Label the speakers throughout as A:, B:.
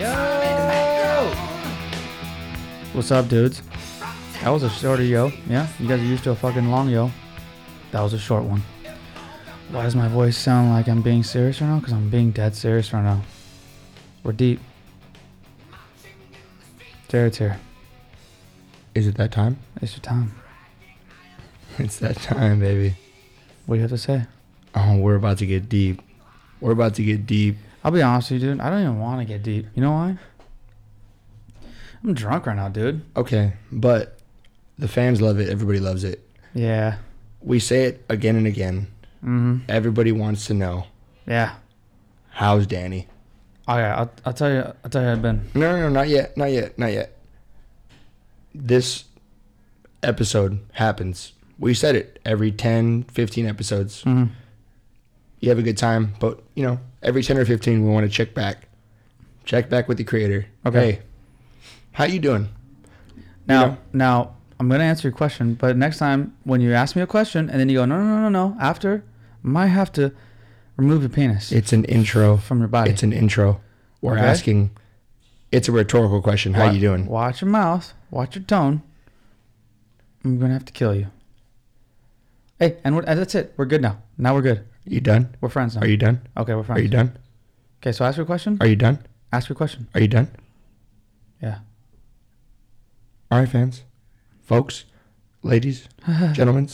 A: Yo! What's up, dudes? That was a shorter yo. Yeah, you guys are used to a fucking long yo. That was a short one. Why does my voice sound like I'm being serious right now? Because I'm being dead serious right now. We're deep. Jared's here.
B: Is it that time?
A: It's your time.
B: It's that time, baby.
A: What do you have to say?
B: Oh, we're about to get deep. We're about to get deep.
A: I'll be honest with you, dude. I don't even want to get deep. You know why? I'm drunk right now, dude.
B: Okay, but the fans love it. Everybody loves it.
A: Yeah.
B: We say it again and again.
A: Mm-hmm.
B: Everybody wants to know
A: Yeah.
B: how's Danny?
A: Okay, I'll, I'll tell you. I'll tell you. how I've been.
B: No, no, no, not yet, not yet, not yet. This episode happens. We said it every 10, 15 episodes.
A: Mm-hmm.
B: You have a good time, but you know, every 10 or 15 we want to check back. Check back with the creator.
A: Okay.
B: Hey, how you doing?
A: Now,
B: know?
A: now I'm gonna answer your question, but next time when you ask me a question and then you go, no, no, no, no, no, after, I might have to remove your penis
B: It's an intro.
A: from your body.
B: It's an intro. We're
A: Okay.
B: asking. It's a rhetorical question. How
A: Wa-
B: you doing?
A: Watch your mouth. Watch your tone. I'm gonna have to kill you. Hey, and we're, and that's it. We're good now. Now we're good.
B: You done?
A: We're friends now.
B: Are you done?
A: okay, we're
B: Are
A: friends.
B: you done?
A: okay, so ask your question.
B: Are you done?
A: ask your question.
B: Are you done?
A: Yeah.
B: All right, fans, folks, ladies, gentlemen,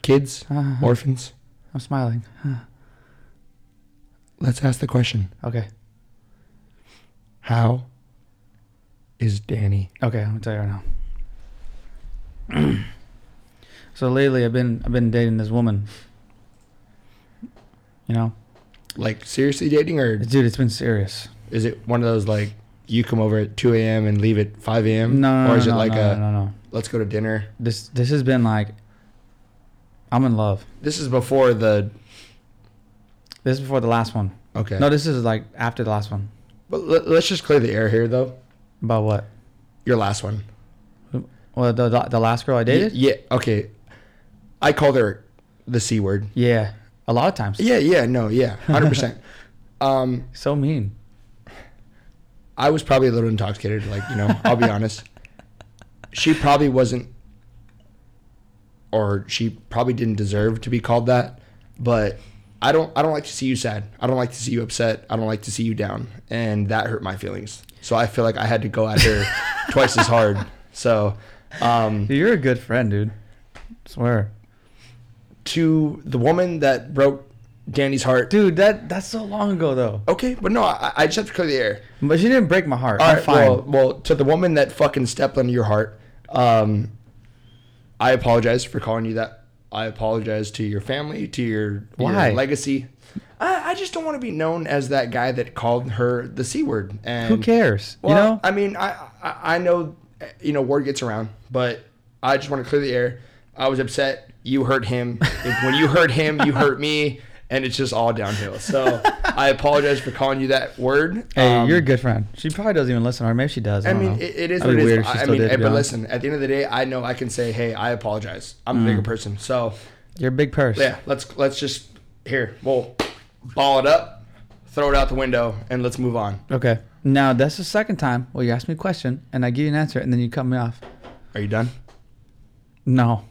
B: kids,
A: I'm
B: orphans.
A: smiling.
B: Let's ask the question.
A: Okay.
B: How is Danny?
A: Okay, I'm gonna tell you right now. so lately, I've been I've been dating this woman. You know,
B: Like seriously dating, or
A: dude, it's been serious.
B: is it one of those like you come over at 2 a.m. and leave at 5
A: No,
B: a.m.
A: no, no,
B: or is
A: no,
B: it like
A: no,
B: a
A: no, no, no.
B: let's go to dinner?
A: This this has been like, I'm in love.
B: This is before the
A: This is before the last one.
B: okay.
A: No, this is like after the last one.
B: But let, let's just clear the air here, though.
A: About what?
B: Your last one.
A: Well, the the, the last girl I dated.
B: Ye- yeah. Okay. I called her the c word.
A: Yeah, a lot of times.
B: Yeah. Yeah. No. Yeah. Hundred percent. Um,
A: So mean.
B: I was probably a little intoxicated. Like you know, I'll be honest. She probably wasn't, or she probably didn't deserve to be called that. But I don't. I don't like to see you sad. I don't like to see you upset. I don't like to see you down, and that hurt my feelings. So I feel like I had to go at her twice as hard. So. Um,
A: Dude, you're a good friend, dude. swear.
B: to the woman that broke Danny's heart.
A: Dude, that that's so long ago though.
B: Okay, but no, I, I just have to clear the air.
A: But she didn't break my heart.
B: All
A: I'm
B: right,
A: fine.
B: well, well, to the woman that fucking stepped on your heart, um, I apologize for calling you that. I apologize to your family, to your, your
A: Why?
B: legacy. I, I just don't want to be known as that guy that called her the c word. And
A: Who cares?
B: Well,
A: you know.
B: I mean, I, I I know, uh, you know, word gets around, but I just want to clear the air. I was upset. You hurt him. If- when you hurt him, you hurt me, and it's just all downhill. So I apologize for calling you that word.
A: Hey,
B: Um,
A: you're a good friend. She probably doesn't even listen, or maybe she does. Uh-huh. I,
B: I
A: don't
B: mean,
A: know.
B: it, it is
A: That'd
B: what
A: be
B: it is.
A: weird if she
B: I
A: still
B: mean,
A: did, to
B: hey,
A: be
B: but
A: honest.
B: listen. At the end of the day, I know I can say, "Hey, I apologize. I'm a bigger
A: Mm.
B: person." So
A: You're a big purse.
B: yeah, let's let's just here. We'll ball it up, throw it out the window, and let's move on.
A: Okay. Now that's the second time where you ask me a question and I give you an answer and then you cut me off.
B: Are you done?
A: No.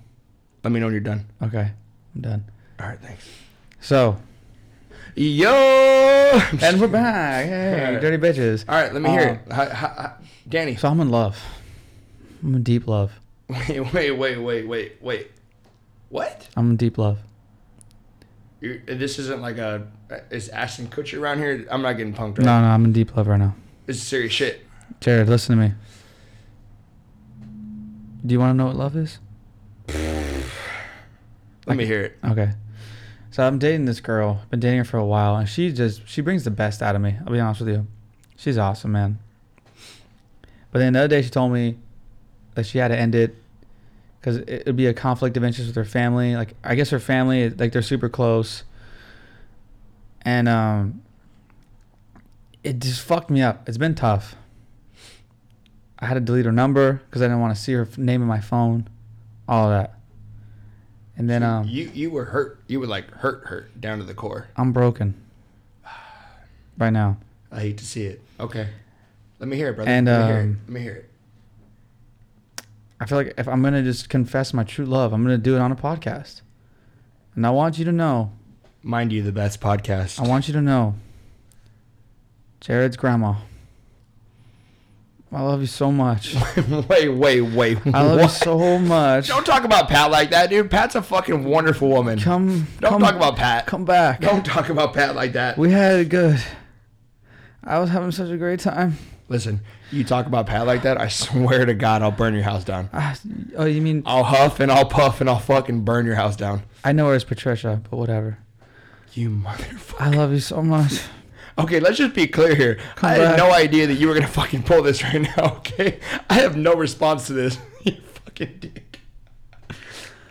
B: Let me know when you're done.
A: Okay. I'm done.
B: All right, thanks.
A: So.
B: Yo!
A: And we're back. Hey, dirty bitches.
B: All right, let me hear
A: Um,
B: it. Hi, hi, hi. Danny.
A: So I'm in love. I'm in deep love.
B: Wait, wait, wait, wait, wait, wait. What?
A: I'm in deep love.
B: You're, this isn't like a. Is Ashton Kutcher around here? I'm not getting punked. Right?
A: No, no, I'm in deep love right now.
B: This is serious shit.
A: Jared, listen to me. Do you want to know what love is?
B: Let me hear it.
A: Okay. So I'm dating this girl. Been dating her for a while, and she just she brings the best out of me. I'll be honest with you, she's awesome, man. But then the other day, she told me that she had to end it because it would be a conflict of interest with her family. Like I guess her family, like they're super close, and um, it just fucked me up. It's been tough. I had to delete her number because I didn't want to see her f- name in my phone, all of that. And then um,
B: you you were hurt. You were like hurt, hurt down to the core.
A: I'm broken right now.
B: I hate to see it. Okay. Let me hear it, brother.
A: And,
B: Let me hear it.
A: um,
B: Let me hear it.
A: I feel like if I'm gonna just confess my true love, I'm gonna do it on a podcast. And I want you to know,
B: Mind you, the best podcast.
A: I want you to know, Jared's grandma. I love you so much.
B: wait, wait, wait.
A: I love you
B: What?
A: so much.
B: Don't talk about Pat like that, dude. Pat's a fucking wonderful woman.
A: Come,
B: Don't
A: come,
B: talk about Pat.
A: come back.
B: Don't talk about Pat like that.
A: We had it good. I was having such a great time.
B: Listen, you talk about Pat like that, I swear to God, I'll burn your house down.
A: Ah, oh, you mean
B: I'll huff and I'll puff and I'll fucking burn your house down.
A: I know her as Patricia, but whatever.
B: You motherfucker.
A: I love you so much.
B: Okay, let's just be clear here. I had
A: back.
B: no idea that you were gonna fucking pull this right now. Okay, I have no response to this. you fucking dick.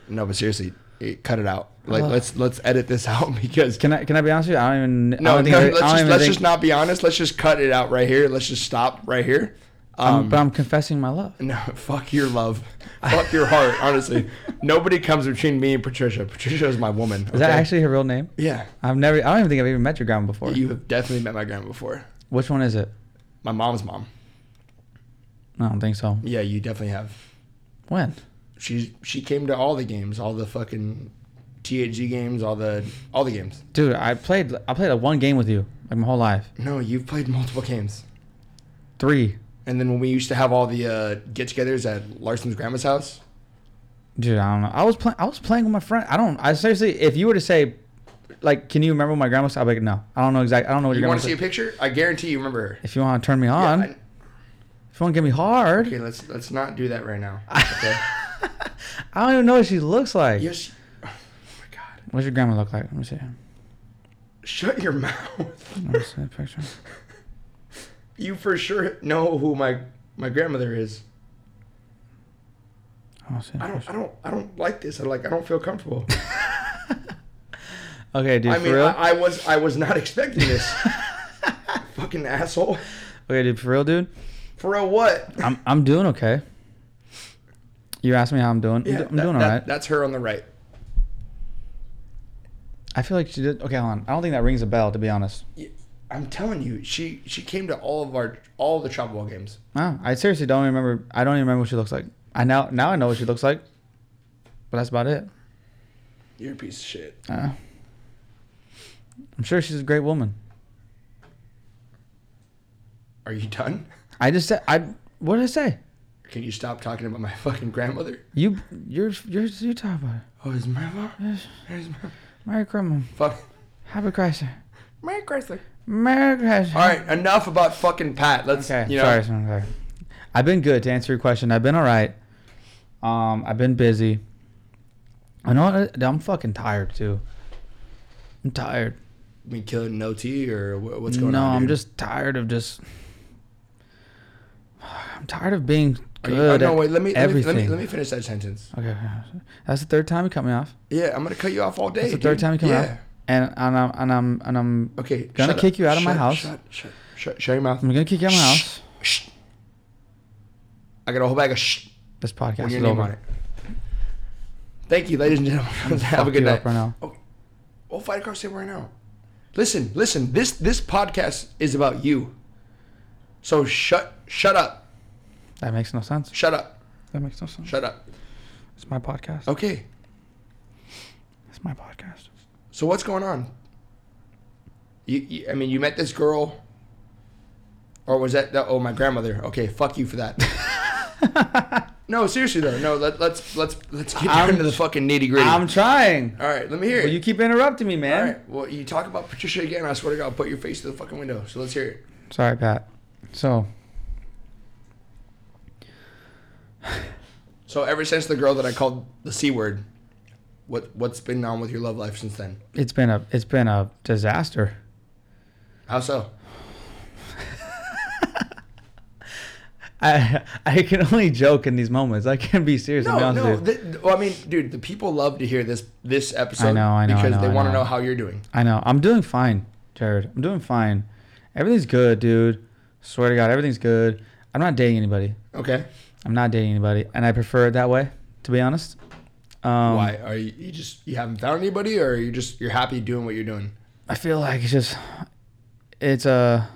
B: No, but seriously, eh, cut it out. Like,
A: Uh.
B: let's let's edit this out because
A: Can I can I be honest with you? I don't even. I
B: no,
A: don't
B: no
A: think I- I
B: let's,
A: don't
B: just,
A: even
B: let's
A: think-
B: just not be honest. Let's just cut it out right here. Let's just stop right here.
A: I'm-
B: Um,
A: but I'm confessing my love.
B: no, fuck your love, fuck your heart. Honestly, nobody comes between me and Patricia. Patricia is my woman.
A: Is that actually her real name?
B: Yeah,
A: I've never. I don't even think I've even met your grandma before.
B: you have definitely met my grandma before.
A: Which one is it?
B: My mom's mom.
A: I don't think so.
B: Yeah, you definitely have.
A: When?
B: she she came to all the games, all the fucking THG games, all the all the games.
A: Dude, I played. I played a one game with you like my whole life.
B: No, you've played multiple games.
A: Three.
B: And then when we used to have all the uh, get-togethers at Larson's grandma's house,
A: Dude, I don't know. I was playing. I was playing with my friend. I don't. I seriously, if you were to say, like, can you remember what my grandma said? I'd be like, no, I don't know exactly. I don't know what
B: you
A: your
B: want
A: grandma
B: to see a
A: said.
B: picture? I guarantee you remember her.
A: If you want to turn me
B: Yeah,
A: on,
B: I-
A: if you want to get me hard,
B: okay, let's let's not do that right now. Okay.
A: I don't even know what she looks like.
B: yes. Oh my god!
A: What's your grandma look like? Let me see.
B: Shut your mouth.
A: Let me see the picture.
B: You for sure know who my my grandmother is.
A: I don't see the
B: I don't
A: picture.
B: I don't I don't like this. I like I don't feel comfortable.
A: Okay, dude,
B: I
A: for
B: mean,
A: real.
B: I, I was I was not expecting this. Fucking asshole.
A: okay, dude, for real, dude.
B: For a what?
A: I'm I'm doing okay. You asked me how I'm doing. I'm do- I'm
B: that-
A: doing
B: that-
A: all right.
B: That's her on the right.
A: I feel like she did. Okay, hold on. I don't think that rings a bell, to be honest.
B: Y- I'm telling you, she she came to all of our all the travel ball games.
A: No, I seriously don't remember. I don't even remember what she looks like. I now now I know what she looks like, but that's about it.
B: You're a piece of shit.
A: Uh, I'm sure she's a great woman.
B: Are you done?
A: I just said I. What did I say?
B: Can you stop talking about my fucking grandmother?
A: You you're you're you talk about it.
B: Oh, is my mom?
A: Yes.
B: Is my
A: Merry Christmas.
B: fuck?
A: Happy Chrysler.
B: Merry Chrysler.
A: Merry Chrysler.
B: All right, enough about fucking Pat. Let's
A: Okay.
B: you know.
A: Sorry, sorry, sorry. I've been good to answer your question. I've been all right. Um, I've been busy. I know what- I'm fucking tired too. I'm tired.
B: I mean, killing no tea or wh- what's going
A: no,
B: on?
A: I'm
B: dude?
A: just tired of just. I'm tired of being
B: Are you, oh,
A: good.
B: no,
A: at
B: wait. Let me let me, let
A: everything.
B: me let me finish that sentence.
A: Okay, okay. that's the third time you cut me off.
B: Yeah, I'm gonna cut you off all day.
A: That's the third
B: dude.
A: time you come
B: yeah.
A: out. And and I'm and I'm and I'm
B: Okay.
A: Gonna
B: shut
A: kick you out of my
B: Shut-
A: house.
B: Shut, shut, shut, shut your mouth.
A: I'm gonna kick you out of my
B: Shh.
A: house.
B: Shh. I got a whole bag of shh.
A: This podcast
B: with
A: is
B: your name
A: over.
B: on it. Thank you, ladies and gentlemen. Have a
A: Fuck
B: good
A: you
B: night. Oh,
A: up right now.
B: We'll fight across table right now. Listen, listen. This this podcast is about you. So shut shut up,
A: That makes no sense.
B: shut up,
A: That makes no sense.
B: shut up.
A: It's my podcast.
B: Okay.
A: It's my podcast.
B: So what's going on? You, you I mean, you met this girl, or was that, that? Oh, my grandmother. Okay, fuck you for that. no, seriously though. No, let, let's let's let's get down
A: I'm-
B: to the fucking nitty gritty.
A: I'm trying.
B: All right, let me hear
A: Well,
B: it.
A: you keep interrupting me,
B: All
A: man.
B: right. Well, you talk about Patricia again. I swear to God, I'll put your face through the fucking window. So let's hear it.
A: Sorry, Pat. So
B: So ever since the girl that I called the c word, what what's been on with your love life since then?
A: it's been a it's been a disaster.
B: How so?
A: I I can only joke in these moments. I can't be serious. and be
B: No,
A: honest
B: no.
A: with you.
B: th- well, I mean, dude, the people love to hear this this episode.
A: I know, I know, I
B: Because
A: know,
B: they
A: I
B: want to
A: know.
B: know how you're doing.
A: I know. I'm doing fine, Jared. I'm doing fine. Everything's good, dude. Swear to God, everything's good. I'm not dating anybody.
B: Okay.
A: I'm not dating anybody, and I prefer it that way. To be honest. Um,
B: Why are you, you just you haven't found anybody, or you just you're happy doing what you're doing?
A: I feel like it's just it's a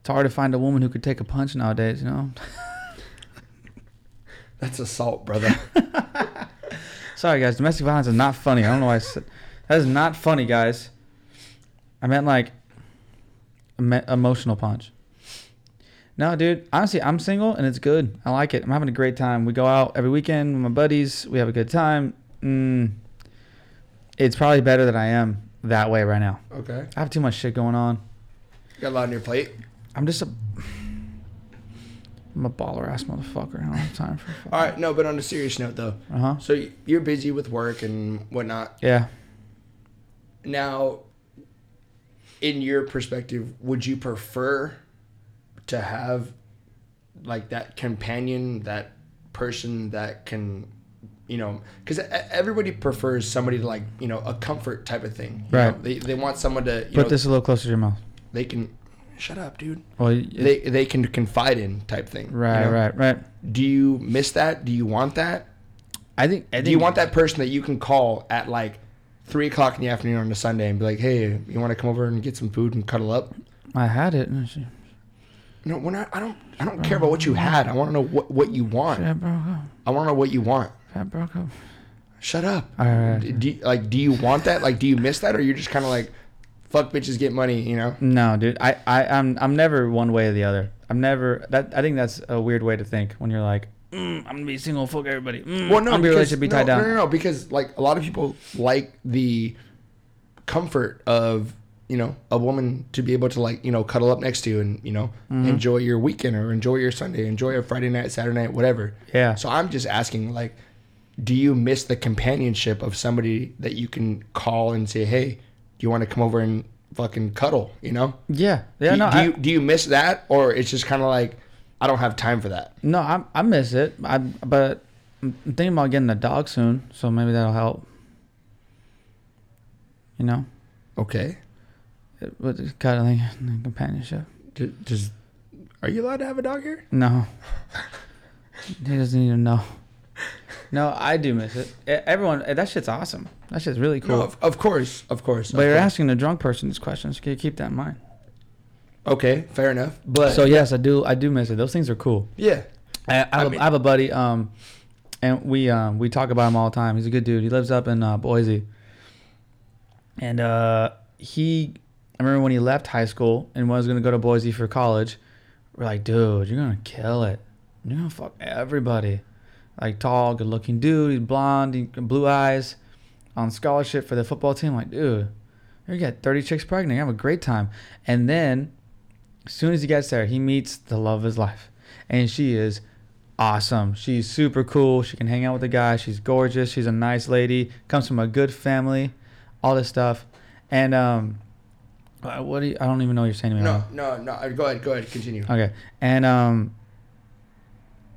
A: It's hard to find a woman who could take a punch nowadays, you know?
B: That's assault, brother.
A: Sorry, guys. Domestic violence is not funny. I don't know why I said that is not funny, guys. I meant like emo- emotional punch. No, dude. Honestly, I'm single and it's good. I like it. I'm having a great time. We go out every weekend with my buddies. We have a good time. Mm, it's probably better that I am that way right now.
B: okay.
A: I have too much shit going on.
B: Got a lot on your plate.
A: I'm just a. I'm a baller ass motherfucker. I don't have time for.
B: All right, no, but on a serious note though.
A: Uh huh.
B: So y- you're busy with work and whatnot.
A: Yeah.
B: Now, in your perspective, would you prefer to have like that companion, that person that can, you know, because everybody prefers somebody to like, you know, a comfort type of thing. you
A: Right.
B: know? They, they want someone to,
A: Put
B: you know,
A: this a little closer to your mouth.
B: they can, shut up, dude.
A: Well, it-
B: They, they can confide in type thing. you
A: right,
B: know?
A: right, right.
B: Do you miss that? Do you want that?
A: I think. I think
B: Do you want that person that you can call at like three o'clock in the afternoon on a Sunday and be like, "Hey, you want to come over and get some food and cuddle up?"
A: I had it. and she-
B: No, we're not. I don't. I don't care about what you had. I want to know what, what you
A: she
B: want.
A: had broke up.
B: I want to know what you want.
A: I broke up.
B: Shut up.
A: All right.
B: D- Do you, like, do you want that? Like, do you miss that, or you're just kind of like, "Fuck bitches, get money," you know?
A: No, dude. I, I, I'm, I'm never one way or the other. I'm never. That I think that's a weird way to think when you're like, mm, I'm gonna be single, fuck everybody. Mm,
B: Well, no,
A: I'm gonna be
B: because-
A: relationship, be tied
B: no,
A: down.
B: No, no, no, because like a lot of people like the comfort of you know a woman to be able to like you know cuddle up next to you and you know
A: Mm-hmm.
B: enjoy your weekend or enjoy your Sunday, enjoy a Friday night, Saturday night, whatever.
A: Yeah.
B: So I'm just asking, like, do you miss the companionship of somebody that you can call and say, hey, do you want to come over and fucking cuddle? You know?
A: yeah, yeah.
B: do,
A: no,
B: do
A: I,
B: you do you miss that, or it's just kind of like I don't have time for that?
A: no. I, I miss it. I, but I'm I'm thinking about getting a dog soon, so maybe that'll help. You know,
B: Okay.
A: it, but it's kind of like companionship.
B: D- Does are you allowed to have a dog here?
A: No. he doesn't even know. No, I do miss it. E- Everyone, eh, that shit's awesome. That shit's really cool.
B: No, of, of course, of course.
A: but
B: of
A: you're
B: course.
A: asking a drunk person this question, so you keep that in mind.
B: Okay, fair enough. But
A: so yes, I do. I do miss it. Those things are cool.
B: yeah,
A: I, I, have,
B: mean-
A: a, I have a buddy, um, and we um, we talk about him all the time. He's a good dude. He lives up in uh, Boise, and uh, he. I remember when he left high school and was gonna go to Boise for college. We're like, dude, you're gonna kill it. You're gonna fuck everybody. Like tall, good-looking dude. He's blonde, he got blue eyes, on scholarship for the football team. Like, dude, you got 30 chicks pregnant. You have a great time. And then, as soon as he gets there, he meets the love of his life, and she is awesome. She's super cool. She can hang out with the guy. She's gorgeous. She's a nice lady. Comes from a good family. All this stuff. And um, uh, what do you, I don't even know what you're saying to me. right now.
B: no, no, no. uh, Go ahead, go ahead, continue.
A: Okay. And um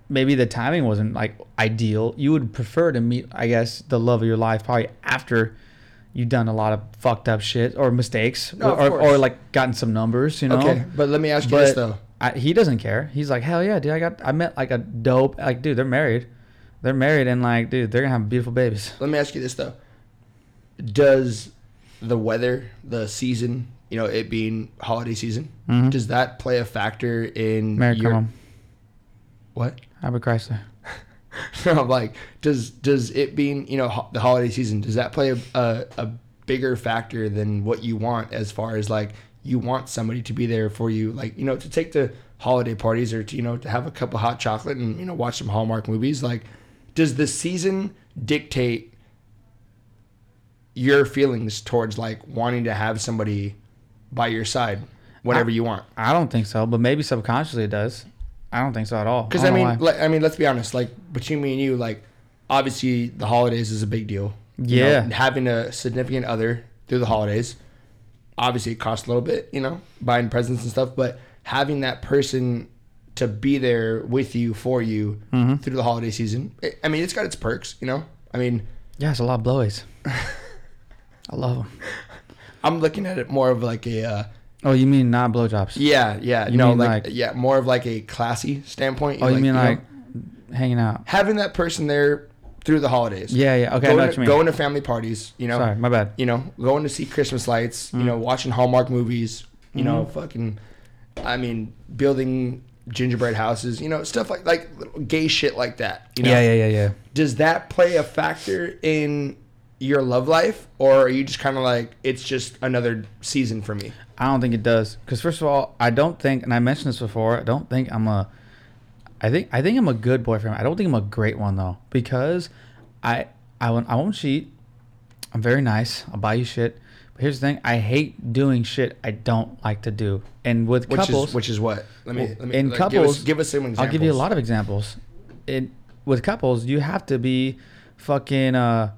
A: maybe the timing wasn't like ideal. You would prefer to meet, I guess, the love of your life probably after you've done a lot of fucked up shit or mistakes
B: No, of
A: or, or
B: course.
A: like gotten some numbers, you know.
B: Okay, but let me ask you this
A: But
B: though.
A: I, he doesn't care. He's like, "Hell yeah, dude. I got I met like a dope like dude, they're married. They're married and like, dude, they're going to have beautiful babies."
B: Let me ask you this though. Does the weather, the season, you know, it being holiday season,
A: Mhm.
B: does that play a factor in
A: Mary
B: your
A: come home.
B: what?
A: Albert Chrysler.
B: I'm like, does does it being you know ho- the holiday season does that play a, a a bigger factor than what you want as far as like you want somebody to be there for you like you know to take to holiday parties or to you know to have a cup of hot chocolate and you know watch some Hallmark movies like does the season dictate your feelings towards like wanting to have somebody by your side whenever you want
A: I don't think so, but maybe subconsciously it does. I don't think so at all.
B: Because I
A: don't know
B: mean,
A: why.
B: like, I mean, let's be honest. Like between me and you, like obviously the holidays is a big deal. You know,
A: Yeah.
B: having a significant other through the holidays, obviously it costs a little bit. You know, buying presents and stuff, but having that person to be there with you for you
A: Mm-hmm.
B: through the holiday season. I- I mean, it's got its perks. You know, I mean,
A: Yeah, it's a lot of blowies. I love them.
B: I'm looking at it more of like a uh,
A: Oh, you mean not blowjobs?
B: yeah, yeah. You
A: You
B: know,
A: mean
B: like,
A: like-
B: yeah, more of like a classy standpoint.
A: Oh, you mean
B: know,
A: like hanging out?
B: having that person there through the holidays.
A: Yeah, yeah. Okay, I
B: going,
A: know what
B: to,
A: you mean.
B: going to family parties, you know,
A: Sorry, my bad. Mm. Mm-hmm.
B: you know, going to see Christmas lights, you know, watching Hallmark movies, you know, fucking I mean, building gingerbread houses, you know, stuff like like little gay shit like that. You know,
A: Yeah, yeah, yeah, yeah.
B: does that play a factor in your love life, or are you just kind of like it's just another season for me?
A: I don't think it does. Because first of all, I don't think, and I mentioned this before, I don't think I'm a. I think I think I'm a good boyfriend. I don't think I'm a great one though, because I I won't, I won't cheat. I'm very nice. I'll buy you shit. But here's the thing: I hate doing shit I don't like to do. And with
B: Which
A: couples,
B: is which is what? Let me let me
A: in
B: like, give us,
A: couples,
B: give us some examples.
A: I'll give you a lot of examples. In with couples, you have to be fucking uh,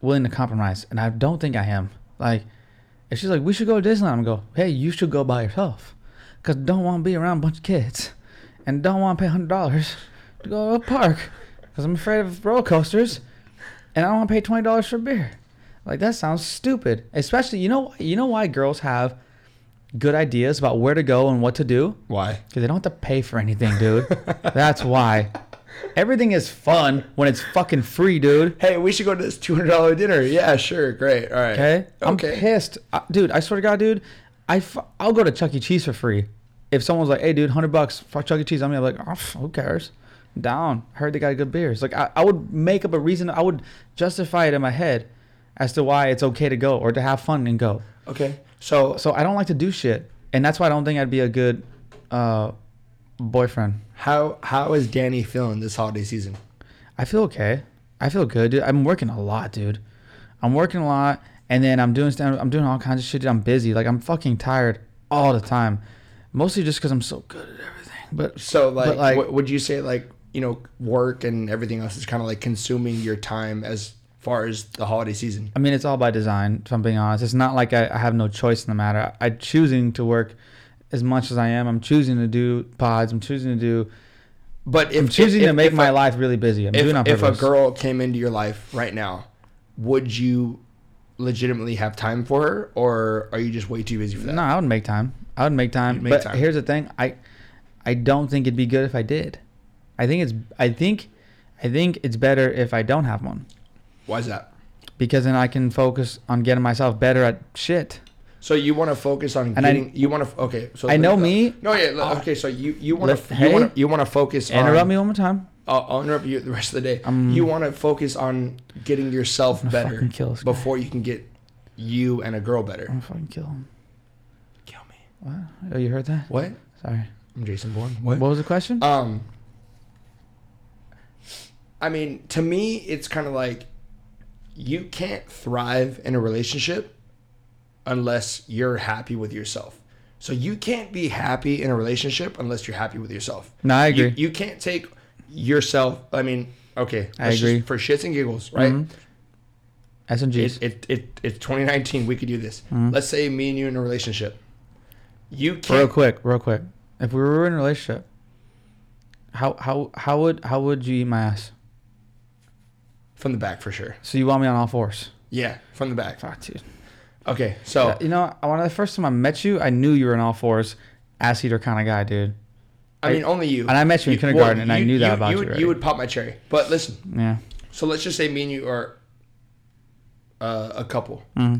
A: willing to compromise, and I don't think I am. Like, if she's like, "We should go to Disneyland," I'm gonna go, "Hey, you should go by yourself, cause don't want to be around a bunch of kids, and don't want to pay hundred dollars to go to a park, cause I'm afraid of roller coasters, and I don't want to pay twenty dollars for beer." Like that sounds stupid. Especially, you know, you know why girls have good ideas about where to go and what to do.
B: Why?
A: Because they don't have to pay for anything, dude. That's why. Everything is fun when it's fucking free, dude.
B: Hey, we should go to this two hundred dollar dinner. Yeah, sure, great, all right.
A: Okay? I'm
B: okay.
A: pissed. I, dude, I swear to God, dude, I f- I'll go to Chuck E. Cheese for free. If someone's like, hey, dude, 100 bucks, fuck Chuck E. Cheese, I'm gonna be like, oh, pff, who cares? Down. Heard they got good beers. Like, I, I would make up a reason, I would justify it in my head as to why it's okay to go or to have fun and go.
B: Okay. So
A: So I don't like to do shit. And that's why I don't think I'd be a good uh, boyfriend.
B: how how is Danny feeling this holiday season?
A: I feel okay. I feel good, dude. I'm working a lot, dude. I'm working a lot, and then I'm doing stand- I'm doing all kinds of shit. Dude. I'm busy. Like I'm fucking tired all the time, mostly just because I'm so good at everything. But
B: So like,
A: like-
B: what, would you say like you know work and everything else is kind of like consuming your time as far as the holiday season?
A: I mean, it's all by design. If I'm being honest, it's not like I, I have no choice in the matter. I, I'm choosing to work as much as I am. I'm choosing to do pods. I'm choosing to do.
B: But if
A: I'm choosing
B: if-
A: to make
B: if
A: my
B: a-
A: life really busy. I'm doing it on
B: if, if a
A: purpose.
B: girl came into your life right now, would you legitimately have time for her, or are you just way too busy for that?
A: No, I would make time. I would make time.
B: You'd make
A: but
B: time.
A: here's the thing: I, I don't think it'd be good if I did. I think it's. I think, I think it's better if I don't have one
B: Why is that?
A: because then I can focus on getting myself better at shit.
B: So you want to focus on
A: And I-
B: getting? you want to okay? So
A: I
B: let
A: know
B: go.
A: me. Ah.
B: No, yeah. let- okay, so you you want
A: Let-
B: to
A: hey.
B: you want to you want to focus on
A: Interrupt me one more time.
B: I'll, I'll interrupt you the rest of the day. you want to focus on getting yourself better
A: fucking Um, kill this guy.
B: before you can get you and a girl better.
A: I'm gonna fucking kill him.
B: Kill me.
A: What? Oh, you heard that?
B: What?
A: Sorry.
B: I'm Jason Bourne.
A: What was the question?
B: Um, I mean, to me, it's kind of like you can't thrive in a relationship unless you're happy with yourself. So you can't be happy in a relationship unless you're happy with yourself.
A: No, I agree.
B: You, you can't take yourself. I mean, okay,
A: I
B: let's just-
A: agree.
B: for shits and giggles, right?
A: Mhm. S and G's.
B: It, it, it, it's 2019. We could do this. Let's say me and you in a relationship. You
A: Mm-hmm. Real
B: can't.
A: quick, real quick. If we were in a relationship, how how how would how would you eat my ass?
B: From the back, for sure.
A: So you want me on all fours?
B: Yeah, from the back.
A: Fuck, dude.
B: Okay, so.
A: You know, when I- the first time I met you, I knew you were an all fours ass eater kind of guy, dude.
B: I mean, only you.
A: And I met you in kindergarten, and I knew that about you
B: would-
A: already.
B: You would pop my cherry. But listen,
A: Yeah.
B: so let's just say me and you are uh, a couple.
A: Mm-hmm.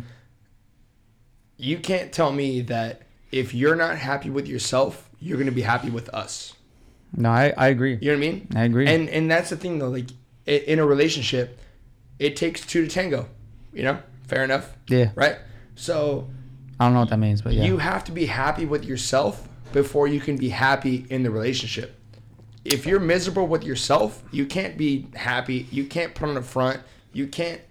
B: You can't tell me that if you're not happy with yourself, you're going to be happy with us.
A: No, I, I agree.
B: You know what I mean?
A: I agree.
B: And and that's the thing though. Like i- in a relationship, it takes two to tango. You know, fair enough.
A: Yeah.
B: Right. So
A: I don't know what that means, but yeah.
B: you have to be happy with yourself before you can be happy in the relationship. If you're miserable with yourself, you can't be happy. You can't put on a front. You can't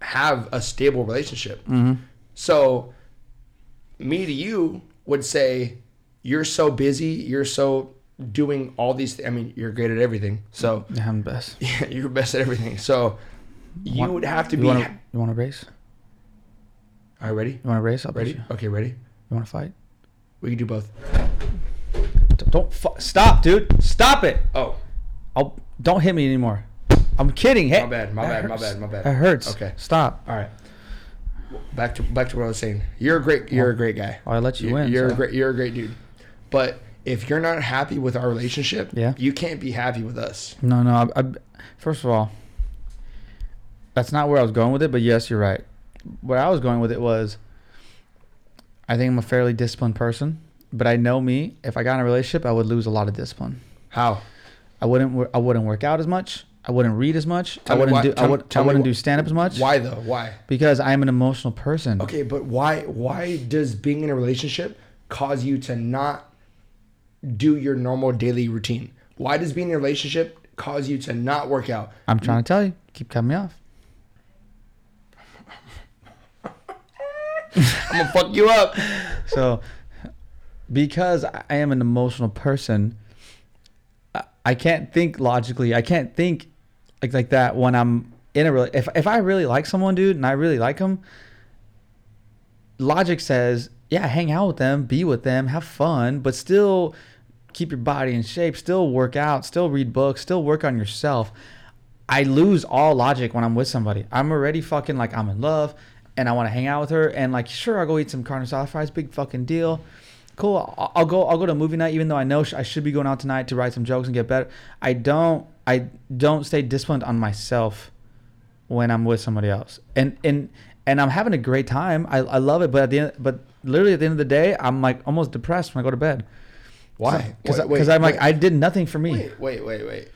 B: have a stable relationship.
A: Mm-hmm.
B: So, me to you would say, You're so busy. You're so doing all these thi- I mean, you're great at everything. So,
A: Yeah, I'm the best.
B: yeah, you're best at everything. So, you
A: Want-
B: would have to
A: You
B: be.
A: want
B: ha-
A: to you want to race?
B: all right, ready?
A: You want to race? I'll race
B: Ready?
A: you.
B: Okay, ready?
A: You want to fight?
B: We can do both.
A: D- Don't fu- stop, dude. Stop it.
B: Oh.
A: I'll don't hit me anymore. I'm kidding. Hey,
B: My bad, my
A: that
B: bad, my
A: hurts.
B: bad, my bad.
A: That hurts.
B: Okay.
A: Stop.
B: All right. Back to back to what I was saying. You're a great you're a great guy.
A: Well, Oh, I let you
B: You-
A: win.
B: You're
A: so-
B: a great you're a great dude. But if you're not happy with our relationship,
A: Yeah.
B: you can't be happy with us.
A: No, no. I, I, first of all, that's not where I was going with it, but yes, you're right. Where I was going with it was I think I'm a fairly disciplined person. But I know me. If I got in a relationship, I would lose a lot of discipline.
B: How?
A: I wouldn't. wor- I wouldn't work out as much. I wouldn't read as much. I
B: Tell me
A: wouldn't
B: why-
A: do. I
B: tell-
A: would.
B: tell
A: I
B: me
A: wouldn't
B: wh-
A: do stand up as much.
B: Why though? Why?
A: Because I am an emotional person.
B: Okay, but why why does being in a relationship cause you to not do your normal daily routine? Why does being in a relationship cause you to not work out?
A: I'm trying to
B: Mm.
A: tell you. Keep cutting me off.
B: I'm gonna fuck you up.
A: so because I am an emotional person, I, I can't think logically. I can't think like like that when I'm in a really. If if I really like someone, dude, and I really like them, logic says, yeah, hang out with them, be with them, have fun, but still keep your body in shape, still work out, still read books, still work on yourself. I lose all logic when I'm with somebody. I'm already fucking like I'm in love and I want to hang out with her and like sure I'll go eat some carne asada fries, big fucking deal. Cool. I'll, I'll go I'll go to a movie night even though I know sh- I should be going out tonight to write some jokes and get better. I don't I don't stay disciplined on myself when I'm with somebody else. And and and I'm having a great time. I, I love it, but at the end, but literally at the end of the day, I'm like almost depressed when I go to bed.
B: Why?
A: Because
B: Wait,
A: because I'm like
B: wait,
A: I did nothing for me.
B: wait, wait, wait, wait.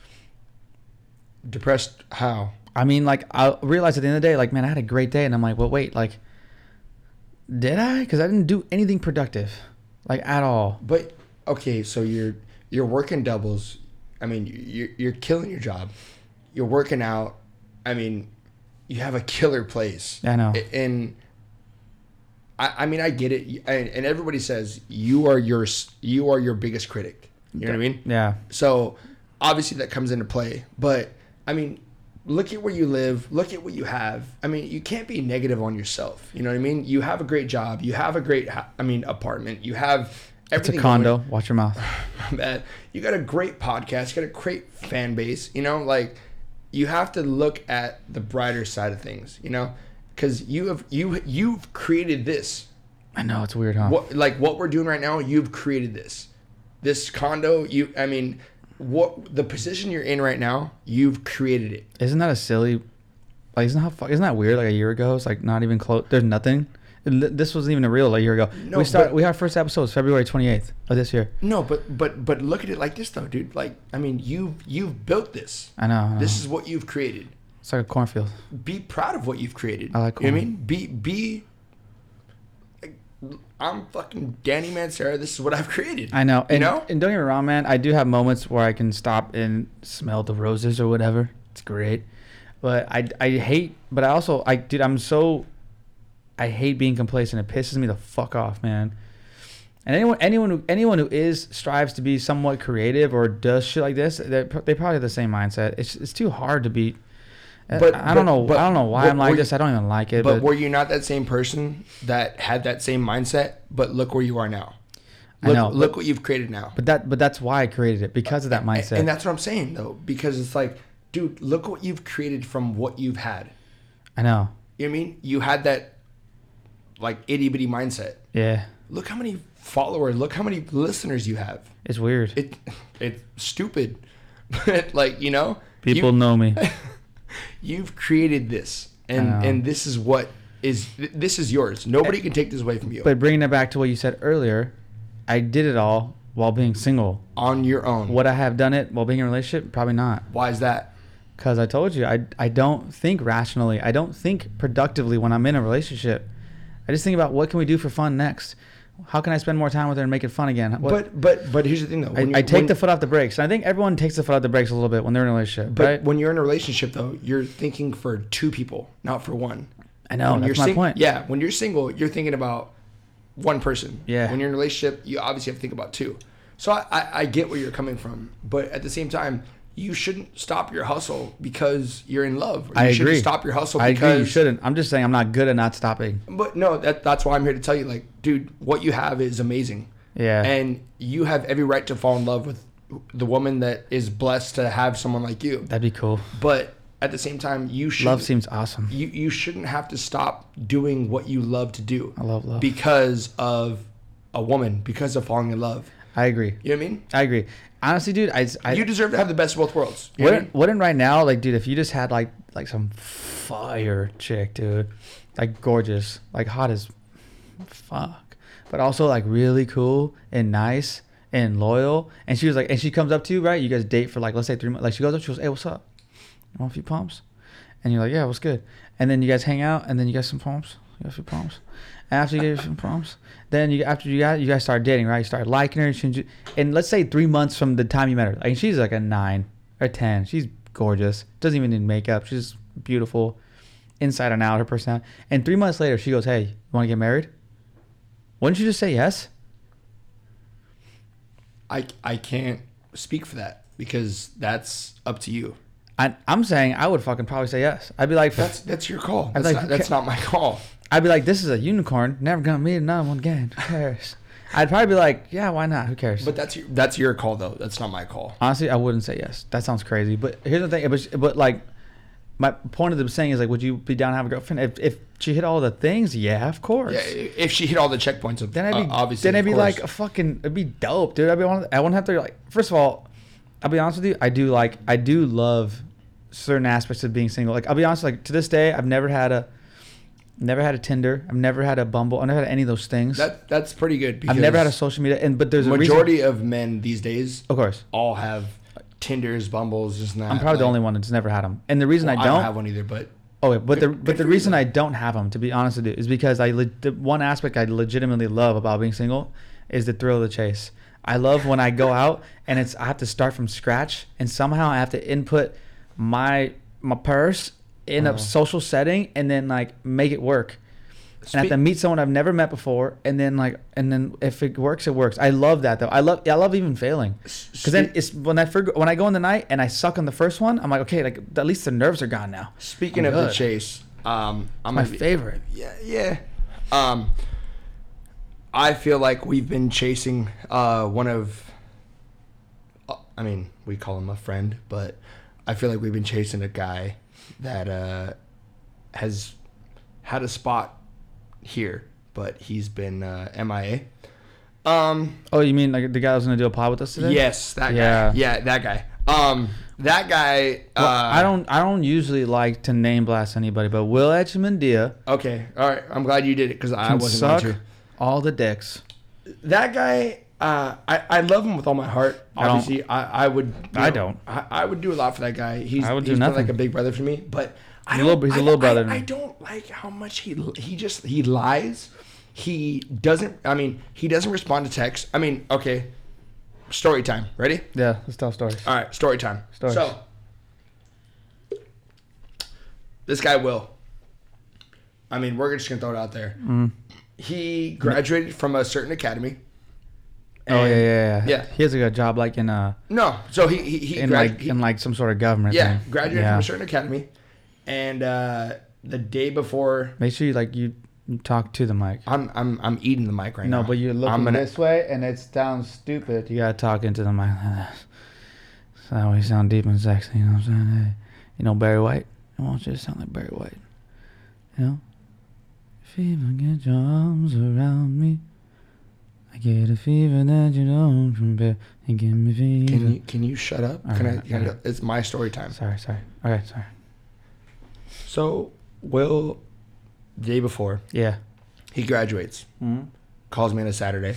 B: Depressed how?
A: I mean, like I realized at the end of the day, like man, I had a great day, and I'm like, well, wait, like, did I? Because I didn't do anything productive, like at all.
B: But okay, so you're you're working doubles. I mean, you're you're killing your job. You're working out. I mean, you have a killer place.
A: I know.
B: A- And I, I mean, I get it. You- And, and everybody says you are your s- you are your biggest critic. You know what I mean?
A: Yeah,
B: So obviously that comes into play. But I mean, look at where you live, look at what you have. I mean, you can't be negative on yourself. You know what I mean? You have a great job, you have a great, ho- I mean, apartment, you have
A: it's a
B: everything.
A: condo. Watch your mouth.
B: going- man, You got a great podcast, you got a great fan base. You know, like you have to look at the brighter side of things. You know, because you have you you've created this
A: I know it's weird, huh?
B: what like what we're doing right now you've created this this condo you i mean what the position you're in right now you've created it
A: Isn't that a silly? Like, isn't how fu- isn't that weird? Like a year ago, it's like not even close. There's nothing. And th- This wasn't even a real like, a year ago.
B: No,
A: we start.
B: but-
A: We our first episode was February 28th of this year.
B: no but but but look at it like this though dude like i mean you've you've built this
A: I know. I know.
B: this is what you've created
A: it's like a cornfield.
B: be proud of what you've created
A: I like
B: you know what i
A: corn.
B: mean be be like, i'm fucking danny mansara this is what i've created
A: I know. And,
B: you know
A: and don't get me wrong, man. I do have moments where I can stop and smell the roses or whatever. It's great. But I, I hate, but I also, I, dude, I'm so, I hate being complacent. It pisses me the fuck off, man. And anyone, anyone, who, anyone who is strives to be somewhat creative or does shit like this, they they probably have the same mindset. It's, it's too hard to be. But
B: But-
A: I don't
B: but-
A: know.
B: but-
A: I don't know why
B: but
A: I'm like
B: were-
A: this. I don't even like it.
B: but
A: But,
B: were you not that same person that had that same mindset but look where you are now
A: I
B: look,
A: know,
B: look what you've created now
A: but that but that's why I created it because of that
B: A-
A: mindset.
B: And that's what I'm saying though, because it's like, dude, look what you've created from what you've had.
A: I know.
B: You know what I mean? You had that like itty bitty mindset.
A: Yeah,
B: Look how many followers, look how many listeners you have.
A: it's weird.
B: It it's stupid. But like, you know,
A: People know me.
B: you, have created this.
A: I
B: And
A: know.
B: and this is what is th- this is yours. Nobody can take this away from you.
A: But bringing it back to what you said earlier, I did it all while being single.
B: on your own.
A: Would I have done it while being in a relationship? Probably not.
B: Why is that?
A: Because I told you, I, I don't think rationally. I don't think productively when I'm in a relationship. I just think about what can we do for fun next? How can I spend more time with her and make it fun again? What,
B: But but but here's the thing though. When
A: I, I
B: you-
A: take
B: when-
A: the foot off the brakes. And I think everyone takes the foot off the brakes a little bit when they're in a relationship,
B: But
A: right?
B: when you're in a relationship, though, you're thinking for two people, not for one.
A: I know,
B: When
A: that's
B: you're
A: my
B: sing-
A: point.
B: Yeah, when you're single, you're thinking about one person.
A: Yeah.
B: When you're in a relationship, you obviously have to think about two. So I, I, I get where you're coming from, but at the same time, you shouldn't stop your hustle because you're in love. Or You
A: I
B: shouldn't
A: agree.
B: Stop your hustle
A: I
B: because.
A: agree, you shouldn't. I'm just saying I'm not good at not stopping.
B: But no, that that's why I'm here to tell you, like, dude, what you have is amazing.
A: Yeah.
B: And you have every right to fall in love with the woman that is blessed to have someone like you.
A: That'd be cool.
B: But at the same time, you should
A: Love seems awesome.
B: you you shouldn't have to stop doing what you love to do.
A: I love love.
B: because of a woman, because of falling in love.
A: I agree.
B: You know what I mean?
A: I agree. Honestly, dude, I, I
B: you deserve to have the best of both worlds. You know what I
A: Wouldn't,
B: mean?
A: wouldn't right now, like, dude, if you just had like like some fire chick, dude, like gorgeous, like hot as fuck, but also like really cool and nice and loyal. And she was like, and she comes up to you, right? You guys date for like, let's say three months. Like she goes up, she goes, hey, what's up? You want a few pumps? And you're like, yeah, what's good? And then you guys hang out, and then you get some pumps. You got a few pumps. And after you get some pumps, then you after you got you guys start dating, right? You start liking her. She, and let's say three months from the time you met her, like she's like a nine or ten. She's gorgeous. Doesn't even need makeup. She's beautiful, inside and out. Her personality. And three months later, she goes, hey, you want to get married? Wouldn't you just say yes?
B: I I can't speak for that because that's up to you.
A: I, I'm saying I would fucking probably say yes. I'd be like,
B: That's that's your call. That's,
A: like,
B: not,
A: who
B: that's not my call.
A: I'd be like, this is a unicorn. Never gonna meet another one again. Who cares? I'd probably be like, yeah, why not? Who cares?
B: But that's your that's your call though. That's not my call.
A: Honestly, I wouldn't say yes. That sounds crazy. But here's the thing. But, but like, my point of the saying is like, would you be down to have a girlfriend if, if she hit all the things? Yeah, of course.
B: Yeah, if she hit all the checkpoints, of,
A: Then I'd be
B: uh, obviously.
A: then I'd
B: of
A: be
B: course.
A: like "Oh, a fucking. It'd be dope, dude. I'd be. one- I wouldn't have to like. First of all, I'll be honest with you. I do like. I do love certain aspects of being single. Like I'll be honest. Like to this day, I've never had a. Never had a Tinder. I've never had a Bumble. I've never had any of those things.
B: that. That's pretty good. Because
A: I've never had a social media, and but there's a reason-
B: majority of men these days
A: Of course,
B: all have Tinder's, Bumbles, just not.
A: I'm probably the only one that's never had them. And the reason I don't,
B: have one either, but
A: oh, wait, but the but
B: Good- good
A: the
B: for you,
A: reason
B: though.
A: I don't have them, to be honest with you, is because I le- the one aspect I legitimately love about being single is the thrill of the chase. I love when I go out and it's I have to start from scratch, and somehow I have to input my my purse in
B: Oh.
A: a social setting, and then like make it work. and I have
B: Spe-
A: to meet someone I've never met before, and then like, and then if it works, it works. I love that though. I love, I love even failing, because then
B: Spe-
A: it's when I forg- when I go in the night and I suck on the first one, I'm like, okay, like at least the nerves are gone now.
B: speaking
A: I'm
B: of the
A: good.
B: chase, um, I'm
A: my
B: gonna be-
A: favorite.
B: Yeah, yeah. Um, I feel like we've been chasing uh, one of. uh, I mean, we call him a friend, but I feel like we've been chasing a guy that uh, has had a spot here, but he's been uh, MIA. Um,
A: Oh, you mean like the guy that was gonna do a pod with us today?
B: yes, that
A: Yeah.
B: guy. Yeah, that guy. Um, that guy. Uh,
A: Well, I don't, I don't usually like to name blast anybody, but Will Etchemandia
B: Okay, all right. I'm glad you did it because I
A: can
B: wasn't going
A: suck
B: to.
A: all the dicks.
B: that guy uh, I, I love him with all my heart
A: I don't-
B: obviously i, I, would you
A: I don't.
B: I, I would do a lot for that guy he's,
A: I would do
B: he's been
A: nothing.
B: like a big brother for me but I
A: He's a little-
B: don't-
A: he's a
B: I-
A: little brother to
B: I, I
A: me.
B: don't like how much he he just he lies he doesn't i mean he doesn't respond to text i mean okay story time ready
A: Yeah, let's tell stories.
B: all right, story time.
A: Stories.
B: So, this guy will. I mean, we're just gonna throw it out there.
A: Mm-hmm.
B: He graduated from a certain academy.
A: Oh yeah,
B: And-
A: yeah, yeah.
B: yeah.
A: He has like a job like in uh
B: No, so he he, he,
A: in
B: grad-
A: like
B: he-
A: in like some sort of government.
B: yeah
A: thing.
B: graduated
A: Yeah.
B: from a certain academy, and uh, the day before,
A: Make sure you like you, you talk to the mic.
B: I'm I'm I'm eating the mic right now.
A: No, but you're looking
B: I'm gonna,
A: this way, and it sounds stupid. You gotta talk into the mic. like this. So that way you sound deep and sexy. You know what I'm saying? Hey, you know Barry White. I want you to sound like Barry White. You know. Fever, get your arms around me. I get a fever that you don't compare. And give me fever.
B: Can you can you shut up?
A: All
B: Can I?
A: right,
B: Can
A: all
B: I it's my story time.
A: Sorry, sorry. Okay, sorry.
B: So, Will, the day before
A: Yeah.
B: he graduates. calls me on a Saturday.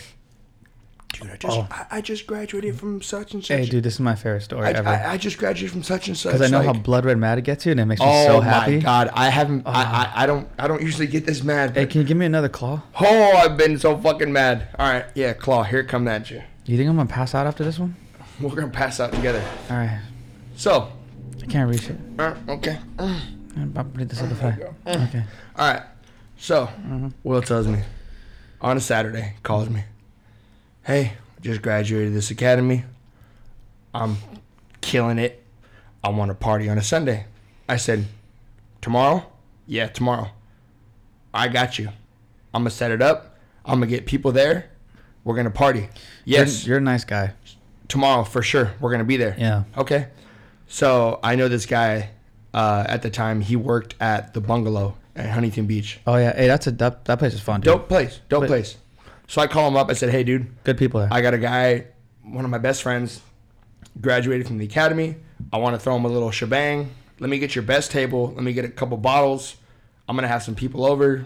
B: Dude, I just
A: Oh.
B: I, I just graduated from such and such.
A: Hey, dude, this is my favorite story
B: I,
A: ever.
B: I, I just graduated from such and such.
A: Because I know how
B: like,
A: blood red mad it gets you, and it makes me
B: oh
A: so happy. Oh.
B: my god, I haven't. I, I I don't I don't usually get this mad.
A: Hey,
B: But,
A: can you give me another claw?
B: oh, I've been so fucking mad. All right, yeah, Claw, here come at you.
A: You think I'm gonna pass out after this one?
B: We're gonna pass out together.
A: All right.
B: So,
A: I can't reach it.
B: uh, okay, all
A: I'm about to put this other fly. Okay.
B: right. So,
A: Mm-hmm.
B: Will tells me on a Saturday, calls me. Hey, just graduated this academy. I'm killing it. I want to party on a Sunday. I said, tomorrow? Yeah, tomorrow. I got you. I'm gonna set it up. I'm gonna get people there. We're gonna party. Yes,
A: You're, you're a nice guy.
B: tomorrow for sure. We're gonna be there.
A: Yeah.
B: Okay. So I know this guy. Uh, at the time, he worked at the bungalow at Huntington Beach.
A: Oh yeah. Hey, that's a that, that place is fun. Dude.
B: Dope place. Dope
A: But-
B: place. So I call him up. I said, hey, dude,
A: Good people there.
B: I got a guy, one of my best friends, graduated from the academy. I want to throw him a little shebang. Let me get your best table. Let me get a couple bottles. I'm gonna have some people over.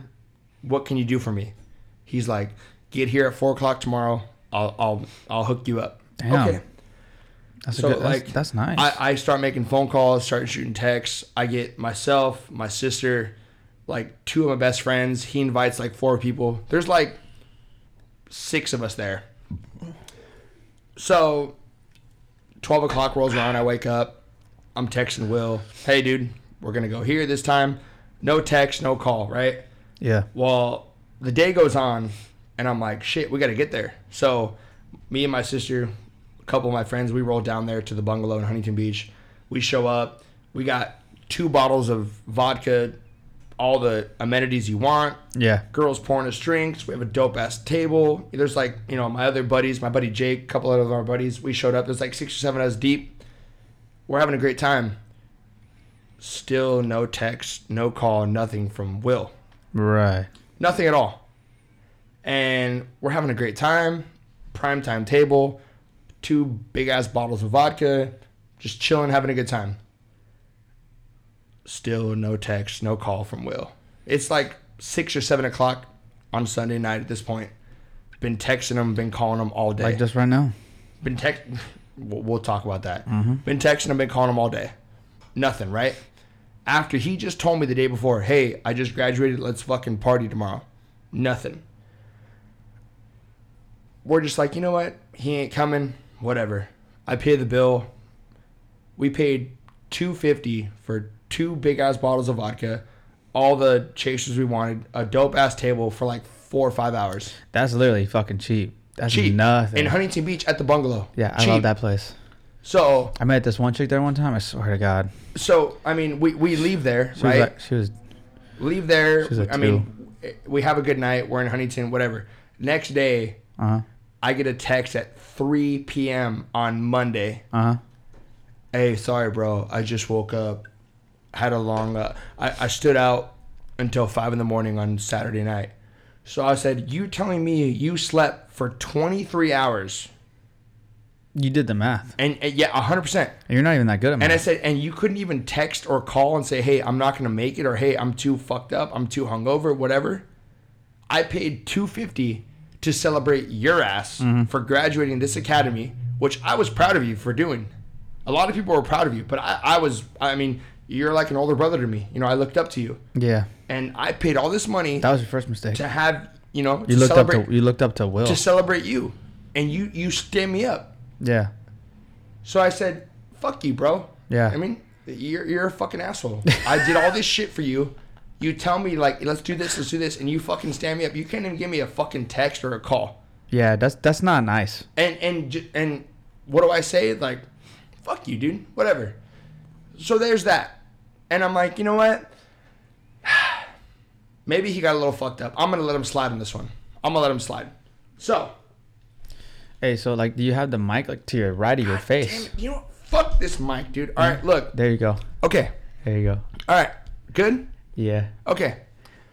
B: What can you do for me? He's like, Get here at four o'clock tomorrow. I'll I'll I'll hook you up.
A: Damn. That's
B: So,
A: a good.
B: like,
A: that's, that's nice.
B: I, I start making phone calls, start shooting texts. I get myself, my sister, like two of my best friends. He invites like four people. There's like six of us there. So, 12 o'clock rolls around. I wake up. I'm texting Will, hey, dude, we're going to go here this time. No text, no call, right?
A: yeah.
B: Well, the day goes on, and I'm like, shit, we got to get there. So, me and my sister, a couple of my friends, we roll down there to the bungalow in Huntington Beach. We show up. We got two bottles of vodka, all the amenities you want.
A: Yeah.
B: Girls pouring us drinks. We have a dope ass table. There's like, you know, my other buddies, my buddy Jake, a couple of our buddies. We showed up. There's like six or seven of us deep. We're having a great time. Still no text, no call, nothing from Will
A: Right.
B: nothing at all. And we're having a great time, prime time table, two big ass bottles of vodka, just chilling, having a good time. Still no text, no call from Will. It's like six or seven o'clock on Sunday night at this point. Been texting him, been calling him all day.
A: Like just right now.
B: been text. We'll we'll talk about that.
A: Mm-hmm.
B: Been texting him, been calling him all day. Nothing, right? After he just told me the day before, hey, I just graduated. Let's fucking party tomorrow. Nothing. We're just like, you know what? He ain't coming. Whatever. I pay the bill. We paid two fifty for two big ass bottles of vodka, all the chasers we wanted, a dope ass table for like four or five hours.
A: That's literally fucking cheap. That's
B: Cheap.
A: nothing.
B: In Huntington Beach at the bungalow.
A: yeah, I
B: Cheap.
A: love that place.
B: So
A: I met this one chick there one time. I swear to God,
B: So I mean, we, we leave there,
A: she was
B: right?
A: like, she was
B: leave there.
A: She's a
B: I mean, eh, we have a good night. We're in Huntington, whatever. Next day,
A: uh huh
B: I get a text at 3 p.m. on Monday.
A: uh huh.
B: Hey, sorry, bro. I just woke up. Had a long. Uh, I I stood out until five in the morning on Saturday night. So I said, "You telling me you slept for 23 hours?"
A: You did the math.
B: And, and yeah, 100. percent
A: And you're not even that good at math.
B: And I said, and you couldn't even text or call and say, hey, I'm not gonna make it, or hey, I'm too fucked up, I'm too hungover, whatever. I paid two fifty to celebrate your ass
A: Mm-hmm.
B: for graduating this academy, which I was proud of you for doing. A lot of people were proud of you, but I, I was I mean, you're like an older brother to me. You know, I looked up to you.
A: yeah,
B: And I paid all this money
A: that was your first mistake.
B: to have you know
A: You
B: to
A: looked up
B: celebrate
A: to you looked up to Will.
B: to celebrate you. And you you stand me up.
A: yeah,
B: So I said, "Fuck you, bro."
A: Yeah.
B: I mean, you're you're a fucking asshole. I did all this shit for you. You tell me like, let's do this, let's do this, and you fucking stand me up. You can't even give me a fucking text or a call.
A: yeah. That's that's not nice.
B: And and j- and what do I say? Like, fuck you, dude. Whatever. So there's that. And I'm like, you know what? Maybe he got a little fucked up. I'm gonna let him slide on this one. I'm gonna let him slide. So
A: Hey, so like, do you have the mic like to your right of your
B: damn
A: face? Mm-hmm.
B: it, you know, what? fuck this mic, dude. All right, look.
A: There you go.
B: Okay.
A: There you go.
B: All right. Good.
A: Yeah.
B: Okay.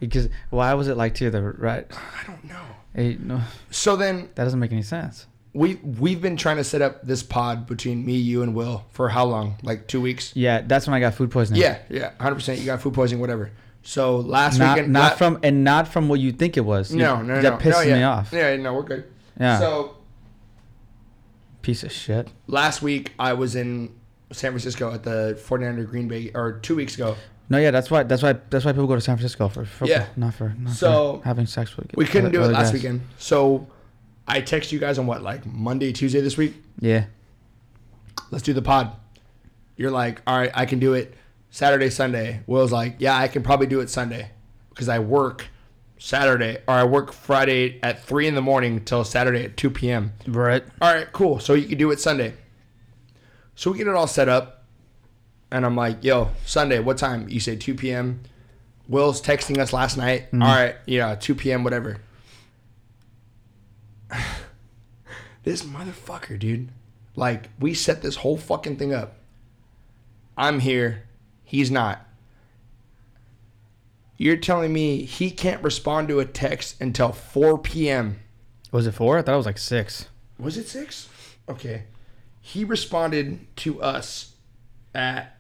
A: Because why was it like to the right?
B: I don't know.
A: Hey, no,
B: So then
A: that doesn't make any sense.
B: we we've been trying to set up this pod between me, you, and Will for how long? Like two weeks.
A: Yeah, that's when I got food poisoning.
B: Yeah, yeah, hundred percent. You got food poisoning, whatever. So last
A: not
B: weekend,
A: not
B: la-
A: from and not from what you think it was. You-
B: no, no, no,
A: that
B: no,
A: pisses
B: yeah.
A: me off.
B: Yeah, no, we're good.
A: Yeah.
B: So
A: Piece of shit.
B: last week I was in San Francisco at the 49er Green Bay, or two weeks ago.
A: No, yeah, that's why that's why that's why people go to San Francisco for, for
B: Yeah.
A: not for not
B: So,
A: for having sex with.
B: We couldn't
A: other-
B: do it
A: other
B: last
A: guys.
B: weekend. So I text you guys on what, like Monday, Tuesday this week.
A: Yeah,
B: let's do the pod. You're like, all right, I can do it Saturday, Sunday. Will's like, yeah, I can probably do it Sunday because I work Saturday or I work Friday at three in the morning till Saturday at 2 p.m.
A: right.
B: All right, cool. So you can do it Sunday. So we get it all set up. And I'm like, yo, Sunday, what time? You say 2 p.m. Will's texting us last night. All right, yeah, 2 p.m., whatever. this motherfucker, dude. Like, we set this whole fucking thing up. I'm here. He's not. You're telling me he can't respond to a text until 4 p.m.
A: Was it four? I thought it was like six.
B: Was it six? Okay. He responded to us at.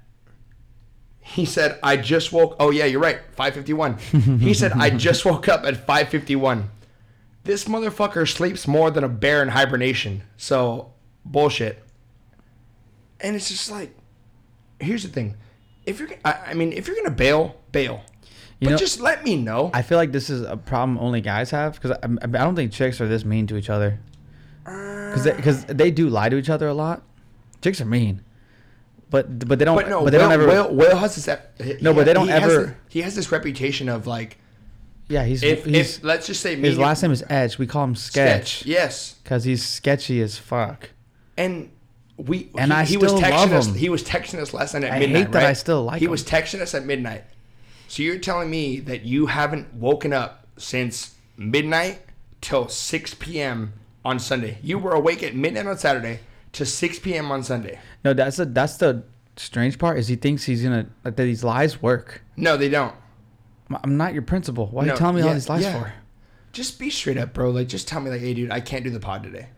B: He said, "I just woke." Oh yeah, you're right. Five fifty one. He said, "I just woke up at five fifty one. This motherfucker sleeps more than a bear in hibernation. So bullshit. And it's just like, here's the thing: if you're, I, I mean, if you're gonna bail, bail.
A: You
B: but
A: know-
B: just let me know.
A: I feel like this is a problem only guys have because I, I don't think chicks are this mean to each other. Because they, 'cause they do lie to each other a lot. Chicks are mean, but but they don't.
B: but
A: But,
B: no,
A: they
B: Will,
A: don't ever.
B: Will, Will has this. ep- he-
A: No, but they don't
B: he has
A: ever-
B: thi- he has this reputation of like,
A: yeah, he's
B: if,
A: he's
B: if let's just say me
A: his
B: and-
A: last name is Edge. We call him Sketch
B: Yes,
A: because he's sketchy as fuck.
B: and we
A: And I still
B: was texting
A: love
B: us.
A: him.
B: He was texting us last night at
A: I hate
B: midnight.
A: that I
B: right?
A: still like
B: He
A: him.
B: was texting us at midnight. So you're telling me that you haven't woken up since midnight till 6 p.m. on Sunday. You were awake at midnight on Saturday to 6 p.m. on Sunday.
A: No, that's the that's the strange part is he thinks he's gonna like, that these lies work.
B: No, they don't.
A: I'm- I'm not your principal. Why are
B: No,
A: you telling me all
B: yeah,
A: these lies
B: yeah.
A: for?
B: Just be straight up, bro. Like, just tell me, like, hey, dude, I can't do the pod today.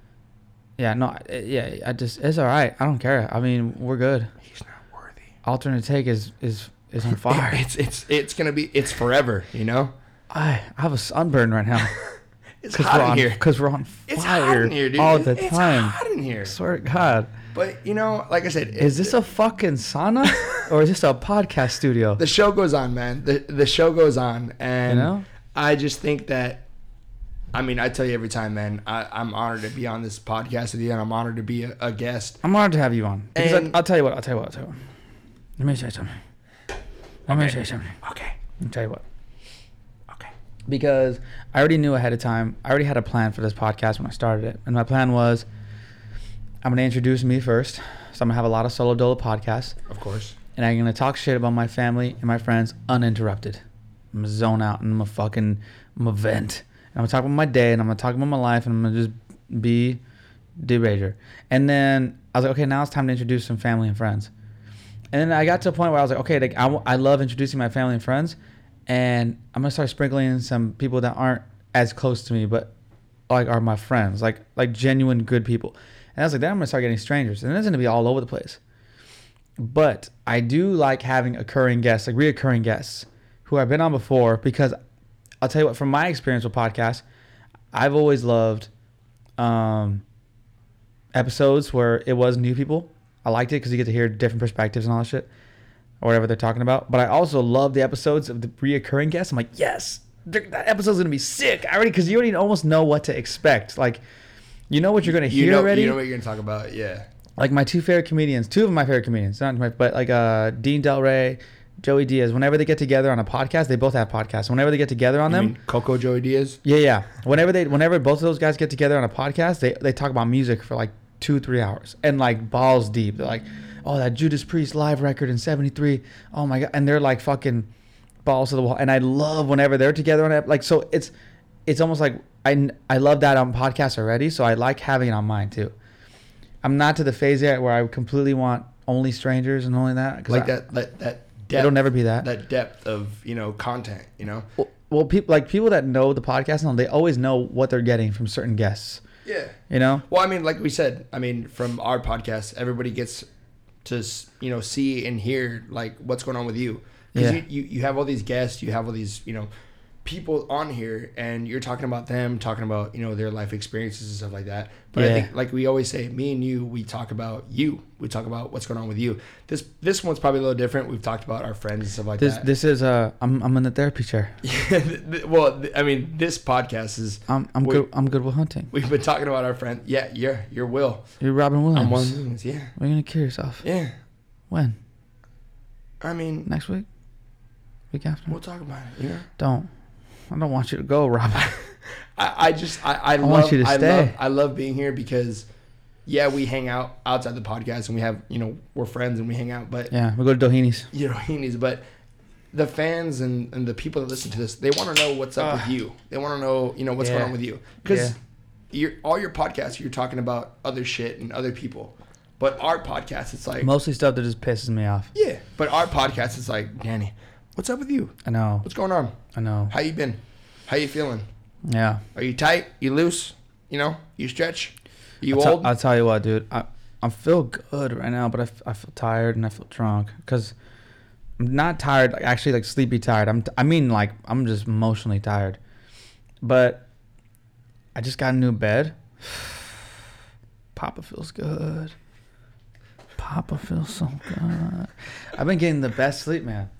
A: Yeah, no, I- yeah, I just it's all right. I don't care. I mean, we're good.
B: He's not worthy.
A: Alternate take is is is on fire.
B: It's it's it's gonna be it's forever. You know,
A: I I have a sunburn right now
B: it's
A: because
B: hot
A: we're
B: in
A: on
B: here.
A: because we're on fire
B: It's hot in here, dude.
A: all the
B: it's
A: time.
B: hot in here.
A: I swear to God,
B: But you know, like I said, it-
A: is this a fucking sauna or is this a podcast studio?
B: the show goes on, man. The the show goes on, and
A: You know?
B: I just think that. I mean, I tell you every time, man. I, I'm honored to be on this podcast with you, and I'm honored to be a, a guest.
A: I'm honored to have you on. Because I,
B: And-
A: I'll tell you what. I'll tell you what. I'll tell you what. Let me say something. Let me say something.
B: Okay,
A: I'll tell you what.
B: okay.
A: because I already knew ahead of time. I already had a plan for this podcast when I started it, and my plan was I'm gonna introduce me first. So I'm gonna have a lot of solo dolo podcasts,
B: Of course.
A: and I'm gonna talk shit about my family and my friends uninterrupted. I'm gonna zone out and I'm gonna fucking I'm gonna vent. And I'm gonna talk about my day and I'm gonna talk about my life and I'm gonna just be derager. And then I was like, okay, now it's time to introduce some family and friends. And then I got to a point where I was like, okay, like I, w- I love introducing my family and friends, and I'm gonna start sprinkling in some people that aren't as close to me, but like are my friends, like like genuine good people. And I was like, then I'm gonna start getting strangers, and it's gonna be all over the place. But I do like having occurring guests, like reoccurring guests, who I've been on before, because I'll tell you what, from my experience with podcasts, I've always loved um, episodes where it was new people. I liked it because you get to hear different perspectives and all that shit, or whatever they're talking about. But I also love the episodes of the reoccurring guests. I'm like, yes, th- that episode's gonna be sick. I already because you already almost know what to expect. Like, you know what you're gonna
B: You
A: hear
B: know,
A: already
B: you know what you're gonna talk about, yeah.
A: like my two favorite comedians, two of my favorite comedians, not my, but like uh, Dean Del Rey, Joey Diaz. Whenever they get together on a podcast, they both have podcasts. Whenever they get together on
B: I
A: them,
B: mean, Coco Joey Diaz.
A: yeah, yeah. Whenever they, whenever both of those guys get together on a podcast, they they talk about music for like two, three hours and like balls deep. They're like, oh, that Judas Priest live record in '73. Oh my god, and they're like fucking balls to the wall. And I love whenever they're together on it. Like, so it's it's almost like I I love that on podcasts already. So I like having it on mine too. I'm not to the phase yet where I completely want only strangers and only that. 'cause
B: Like
A: I-
B: that, that that depth.
A: It'll never be that.
B: that depth of you know content. You know.
A: Well, well, people like people that know the podcast now, they always know what they're getting from certain guests.
B: Yeah.
A: You know.
B: Well, I mean, like we said, I mean, from our podcast, everybody gets to s- you know see and hear like what's going on with you because
A: Yeah.
B: you, you you have all these guests, you have all these you know people on here, and you're talking about them, talking about you know their life experiences and stuff like that. But I
A: Yeah.
B: think, like we always say, me and you, we talk about you, we talk about what's going on with you. This this one's probably a little different. We've talked about our friends and stuff like
A: This
B: that.
A: this is uh I'm I'm in the therapy chair.
B: well, th- I mean, this podcast is.
A: I'm I'm
B: Wait.
A: good I'm good with hunting.
B: We've been talking about our friend. Yeah, yeah, your Will.
A: You're Robin
B: I'm
A: Williams.
B: one. of these, Yeah,
A: We're gonna kill yourself.
B: yeah.
A: When?
B: I mean,
A: Next week? Week after?
B: We'll talk about it. You know,
A: Don't. I don't want you to go, Robin.
B: I, I just I, I, love,
A: want you to
B: I
A: stay.
B: love I love being here because yeah, we hang out outside the podcast and we have you know we're friends and we hang out, but
A: yeah, we go to Dohini's.
B: you know he needs but the fans and, and the people that listen to this they want to know what's up with you they want to know you know what's going
A: Yeah.
B: on with you because
A: Yeah.
B: you're all your podcasts you're talking about other shit and other people but our podcast it's like
A: Mostly stuff that just pisses me off.
B: yeah but our podcast it's like danny what's up with you
A: I know.
B: what's going on
A: I know.
B: how you been how you feeling
A: Yeah.
B: Are you tight? You loose? You know? You stretch? You
A: I'll,
B: old?
A: T- I'll tell you what, dude. I I feel good right now, but I, f- I feel tired and I feel drunk because I'm not tired. Like actually, like sleepy tired. I'm. T- I mean, like I'm just emotionally tired. But I just got a new bed. Papa feels good. Papa feels so good. I've been getting the best sleep, man.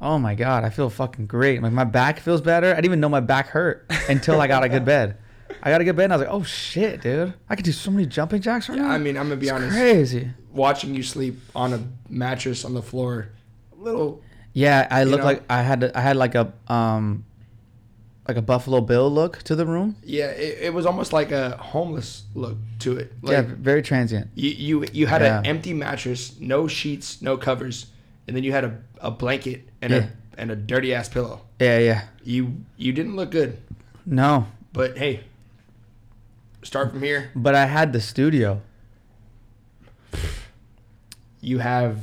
A: Oh my god, I feel fucking great. Like my back feels better. I didn't even know my back hurt until I got a good bed. I got a good bed and I was like, oh shit, dude. I could do so many jumping jacks right
B: Yeah,
A: now.
B: I mean, I'm gonna be
A: it's
B: honest.
A: crazy.
B: Watching you sleep on a mattress on the floor, a little.
A: Yeah, I looked
B: know?
A: like I had I had like a um like a Buffalo Bill look to the room.
B: Yeah, it, it was almost like a homeless look to it. Like,
A: yeah, very transient.
B: You you you had an
A: Yeah.
B: empty mattress, no sheets, no covers, and then you had a, a blanket and
A: Yeah.
B: a and a dirty ass pillow.
A: Yeah, yeah.
B: You you didn't look good,
A: No,
B: but hey, start from here.
A: but I had the studio.
B: You have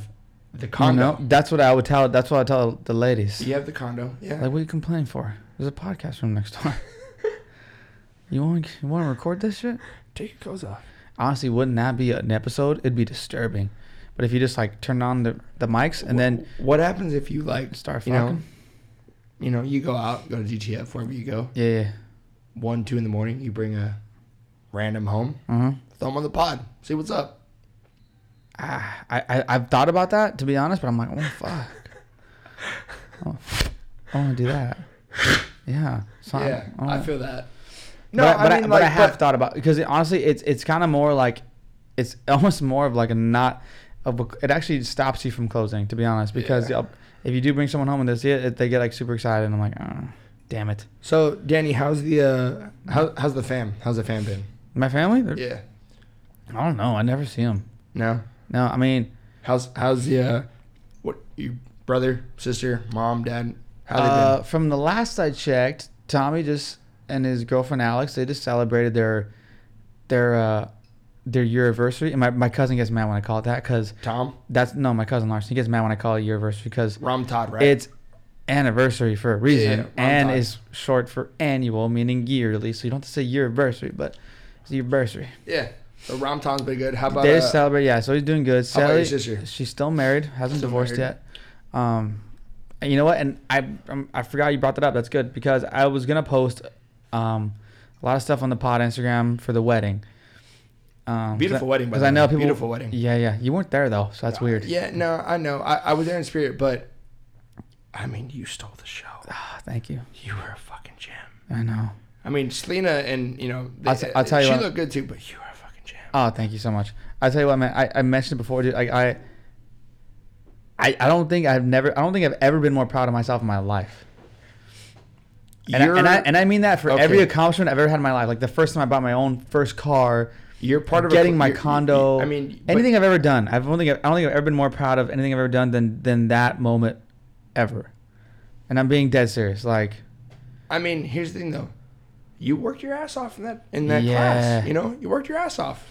B: the
A: You
B: condo.
A: know, that's what I would tell. That's what I tell the ladies.
B: You have the condo. Yeah.
A: Like, what you complaining for? There's a podcast room next door. you want you want to record this shit?
B: Take your clothes off.
A: Honestly, wouldn't that be an episode? It'd be disturbing. But if you just like turn on the, the mics and then
B: what happens if you like
A: start
B: you
A: fucking,
B: know you know you go out go to DTF wherever you go
A: yeah, yeah,
B: one two in the morning you bring a random home
A: uh-huh.
B: throw them on the pod see what's up
A: Ah, I, I I've thought about that to be honest, but I'm like, oh fuck, oh, I want to do that. Yeah, so I'm-
B: yeah
A: I
B: I
A: don't-
B: feel that
A: No, but, I, but, I,
B: mean,
A: but I
B: like,
A: have
B: Uh-huh. but-
A: thought about because honestly, it's it's kind of more like it's almost more of like a not of a, it actually stops you from closing to be honest because
B: Yeah.
A: uh, if you do bring someone home and they see it, it they get like super excited and I'm like, oh, damn it,
B: So Danny, how's the uh, how, how's the fam? How's the fam been?
A: my family. They're-
B: Yeah.
A: I don't know. I never see them.
B: No.
A: No, I mean,
B: How's how's the uh, what your brother, sister, mom, dad? How they
A: uh, from the last I checked, Tommy just and his girlfriend Alex they just celebrated their their uh their year anniversary. And my, my cousin gets mad when I call it that because
B: been? Tom,
A: that's no my cousin Larson. He gets mad when I call it year anniversary because
B: Ram, Todd, right?
A: it's anniversary for a reason
B: yeah, on
A: and
B: time.
A: is short for annual meaning yearly so you don't have to say year anniversary but it's your anniversary
B: yeah. So Ram Tom's been good. How about
A: they
B: uh,
A: just celebrate yeah so he's doing good
B: how about
A: Sally,
B: your sister?
A: she's still married hasn't
B: Still
A: divorced
B: married.
A: yet um and you know what and i um, i forgot you brought that up that's good because i was gonna post um a lot of stuff on the pod instagram for the wedding um
B: Beautiful wedding, by
A: because
B: the
A: i know
B: way.
A: people
B: Beautiful wedding.
A: yeah yeah you weren't there though so that's weird
B: Yeah, no, I know. I, I was there in spirit, but I mean, you stole the show.
A: Ah, thank you
B: You were a fucking gem.
A: i know
B: I mean, Selena and you Uh, know,
A: I'll t- I'll tell you
B: she
A: what-
B: looked good too, but you were a fucking gem.
A: Oh, thank you so much. I tell you what, man. I, I mentioned it before, dude. Like I, I, I don't think I've never. I don't think I've ever been more proud of myself in my life. And I, and I and I mean that for every
B: Okay.
A: accomplishment I've ever had in my life. Like the first time I bought my own first car,
B: you're part of a
A: getting
B: cl-
A: my
B: you're- you-
A: condo.
B: I mean, but-
A: anything I've ever done. I've only. I don't think I've ever been more proud of anything I've ever done than than that moment, ever. And I'm being dead serious. Like
B: I mean, here's the thing though. You worked your ass off in that in that
A: Yeah.
B: class. You know, you worked your ass off.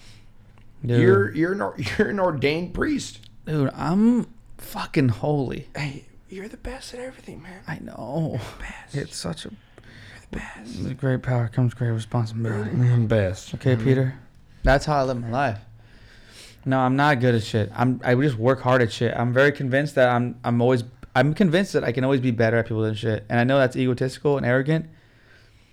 A: dude,
B: You're you're an, or- you're an ordained priest.
A: dude, I'm fucking holy.
B: Hey, you're the best at everything, man.
A: I know.
B: Best.
A: It's such a
B: the best.
A: With great power comes great responsibility.
B: best.
A: Okay, Peter. That's how I live my life. No, I'm not good at shit. I'm I just work hard at shit. I'm very convinced that I'm I'm always I'm convinced that I can always be better at people than shit. And I know that's egotistical and arrogant,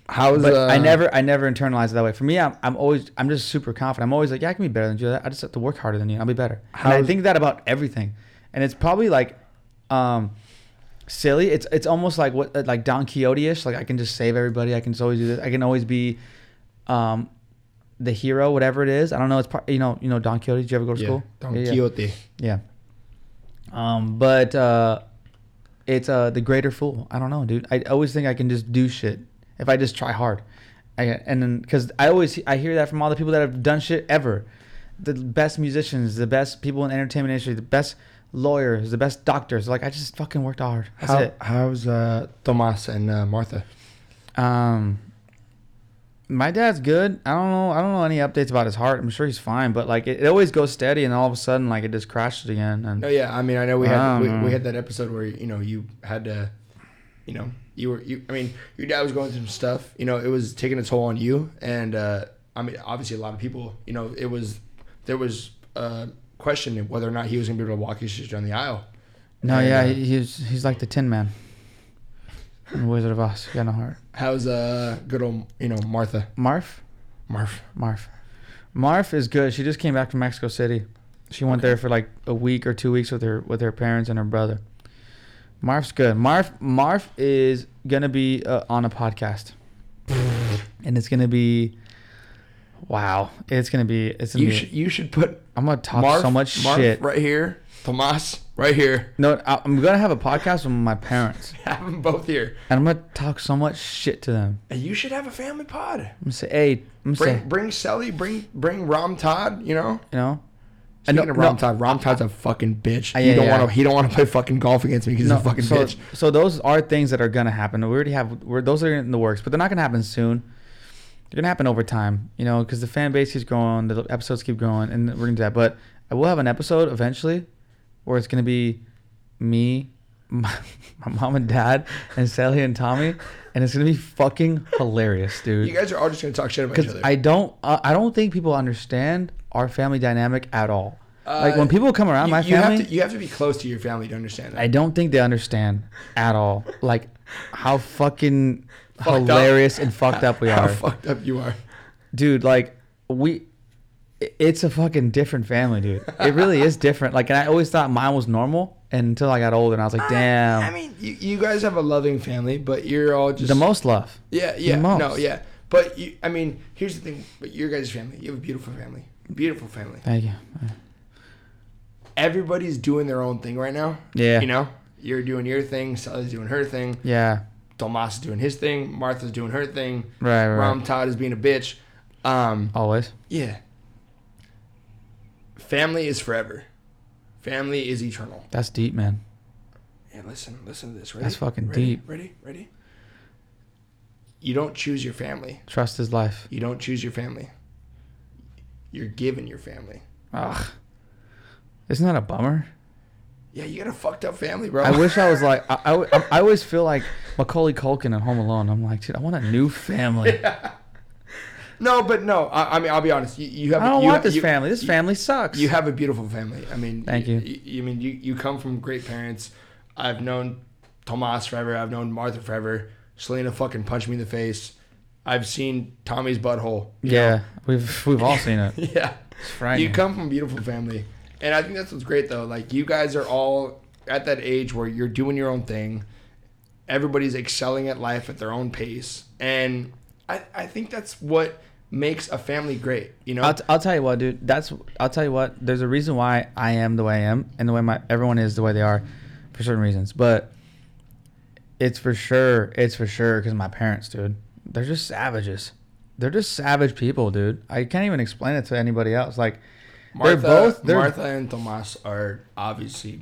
B: How's
A: but
B: uh,
A: I never I never internalize it that way. For me, I'm, I'm always I'm just super confident. I'm always like, yeah, I can be better than you. I just have to work harder than you. I'll be better. And I
B: How's-
A: think that about everything. And it's probably like um silly. It's it's almost like what like Don Quixote-ish. Like I can just save everybody. I can just always do this. I can always be um the hero, whatever it is. I don't know. It's part, you know you know Don Quixote. Did you ever go to
B: Yeah,
A: school?
B: Don
A: Yeah, yeah.
B: Quixote.
A: Yeah. Um, but uh, it's uh the greater fool. I don't know, dude. I always think I can just do shit if I just try hard. I, and then because I always I hear that from all the people that have done shit ever, the best musicians, the best people in entertainment industry, the best lawyers, the best doctors. Like I just fucking worked hard. That's
B: How,
A: it.
B: how's uh, Tomas and uh, Martha?
A: Um, my dad's good. I don't know. I don't know any updates about his heart. I'm sure he's fine, but like it, it always goes steady, and all of a sudden, like it just crashes again. And
B: No, Oh, yeah. I mean, I know we had
A: I
B: we,
A: don't know.
B: we had that episode where you know you had to, you know, you were you. I mean, your dad was going through some stuff. You know, it was taking a toll on you, and uh, I mean, obviously, a lot of people. You know, it was there was a question of whether or not he was going to be able to walk his shit down the aisle.
A: no,
B: And,
A: yeah,
B: uh,
A: he, he's he's like the Tin Man. and Wizard of Oz. Got no heart.
B: How's uh good old you know Martha
A: Marf,
B: Marf?
A: Marf, Marf is good. She just came back from Mexico City. She went there for like a week or two weeks with her with her parents and her brother. Marf's good. Marf Marf is gonna be uh, on a podcast, and it's gonna be. Wow, it's gonna be. It's gonna
B: You
A: be,
B: should you should put
A: I'm gonna talk
B: Marf
A: so much
B: Marf
A: shit.
B: right here. Tomas right here.
A: No, I, I'm gonna have a podcast with my parents,
B: Have them both here.
A: and I'm gonna talk so much shit to them.
B: And you should have a family pod.
A: I'm gonna say, hey, I'm gonna
B: Bring
A: say,
B: bring Sally. Bring bring Ram Todd. You know.
A: you know, I know-
B: Speaking of Ram
A: no.
B: Todd, Ram Todd's a fucking bitch.
A: Uh,
B: you
A: yeah,
B: don't
A: yeah.
B: want to. He don't want to play fucking golf against me because he's a fucking
A: so,
B: bitch.
A: So those are things that are gonna happen. We already have we're, those are in the works, but they're not gonna happen soon. They're gonna happen over time, you know, because the fan base keeps growing, the episodes keep growing, and we're gonna do that. But I will have an episode eventually where it's gonna be me, my, my mom and dad, and Sally and Tommy, and it's gonna be fucking hilarious, dude.
B: You guys are all just gonna talk shit about each
A: because
B: other.
A: I don't, uh, I don't think people understand our family dynamic at all. like
B: Uh,
A: when people come around
B: you,
A: my
B: you
A: family,
B: Have to, you have to be close to your family to understand that.
A: I don't think they understand at all, like how fucking
B: Fucked up.
A: hilarious and fucked up we
B: How
A: are,
B: fucked up you are.
A: dude. Like we, i- it's a fucking different family, dude. It really is different. Like, and I always thought mine was normal, and until I got older, and I was like, damn,
B: Uh, I mean, you, you guys have a loving family, but you're all just
A: the most love.
B: Yeah, yeah,
A: most.
B: no, yeah. But you, I mean, here's the thing. But your guys' family, you have a beautiful family, beautiful family.
A: Thank you.
B: Everybody's doing their own thing right now.
A: Yeah.
B: You know, you're doing your thing. Sally's doing her thing.
A: Yeah,
B: Tomas is doing his thing. Martha's doing her thing.
A: right, right.
B: Ram Todd is being a bitch. Um,
A: Always.
B: yeah. Family is forever. Family is eternal.
A: That's deep, man.
B: Yeah, listen, listen to this. Ready?
A: That's fucking
B: Ready?
A: deep.
B: Ready? Ready? You don't choose your family.
A: Trust is life.
B: You don't choose your family. You're given your family.
A: Ugh. Isn't that a bummer?
B: Yeah, you got a fucked up family, bro.
A: I wish I was like I, I, I always feel like Macaulay Culkin in Home Alone. I'm like, dude, I want a new family.
B: no, but no. I, I mean, I'll be honest. You, you have.
A: I don't
B: you
A: want
B: have-
A: this
B: you-
A: family. This
B: you-
A: family sucks.
B: You have a beautiful family. I mean,
A: Thank you.
B: you. I mean, you, you come from great parents. I've known Tomas forever. I've known Martha forever. Selena fucking punched me in the face. I've seen Tommy's butthole.
A: yeah, we've we've all seen it.
B: Yeah.
A: It's frightening.
B: You come from a beautiful family. And I think that's what's great though. Like you guys are all at that age where you're doing your own thing. Everybody's excelling at life at their own pace. And I, I think that's what makes a family great, you know?
A: I'll, t- I'll tell you what, dude. That's I'll tell you what. There's a reason why I am the way I am, and the way my everyone is the way they are, for certain reasons. But it's for sure, it's for sure, because my parents, dude, they're just savages. They're just savage people, dude. I can't even explain it to anybody else. Like,
B: Martha,
A: they're both they're
B: Martha and Tomas are obviously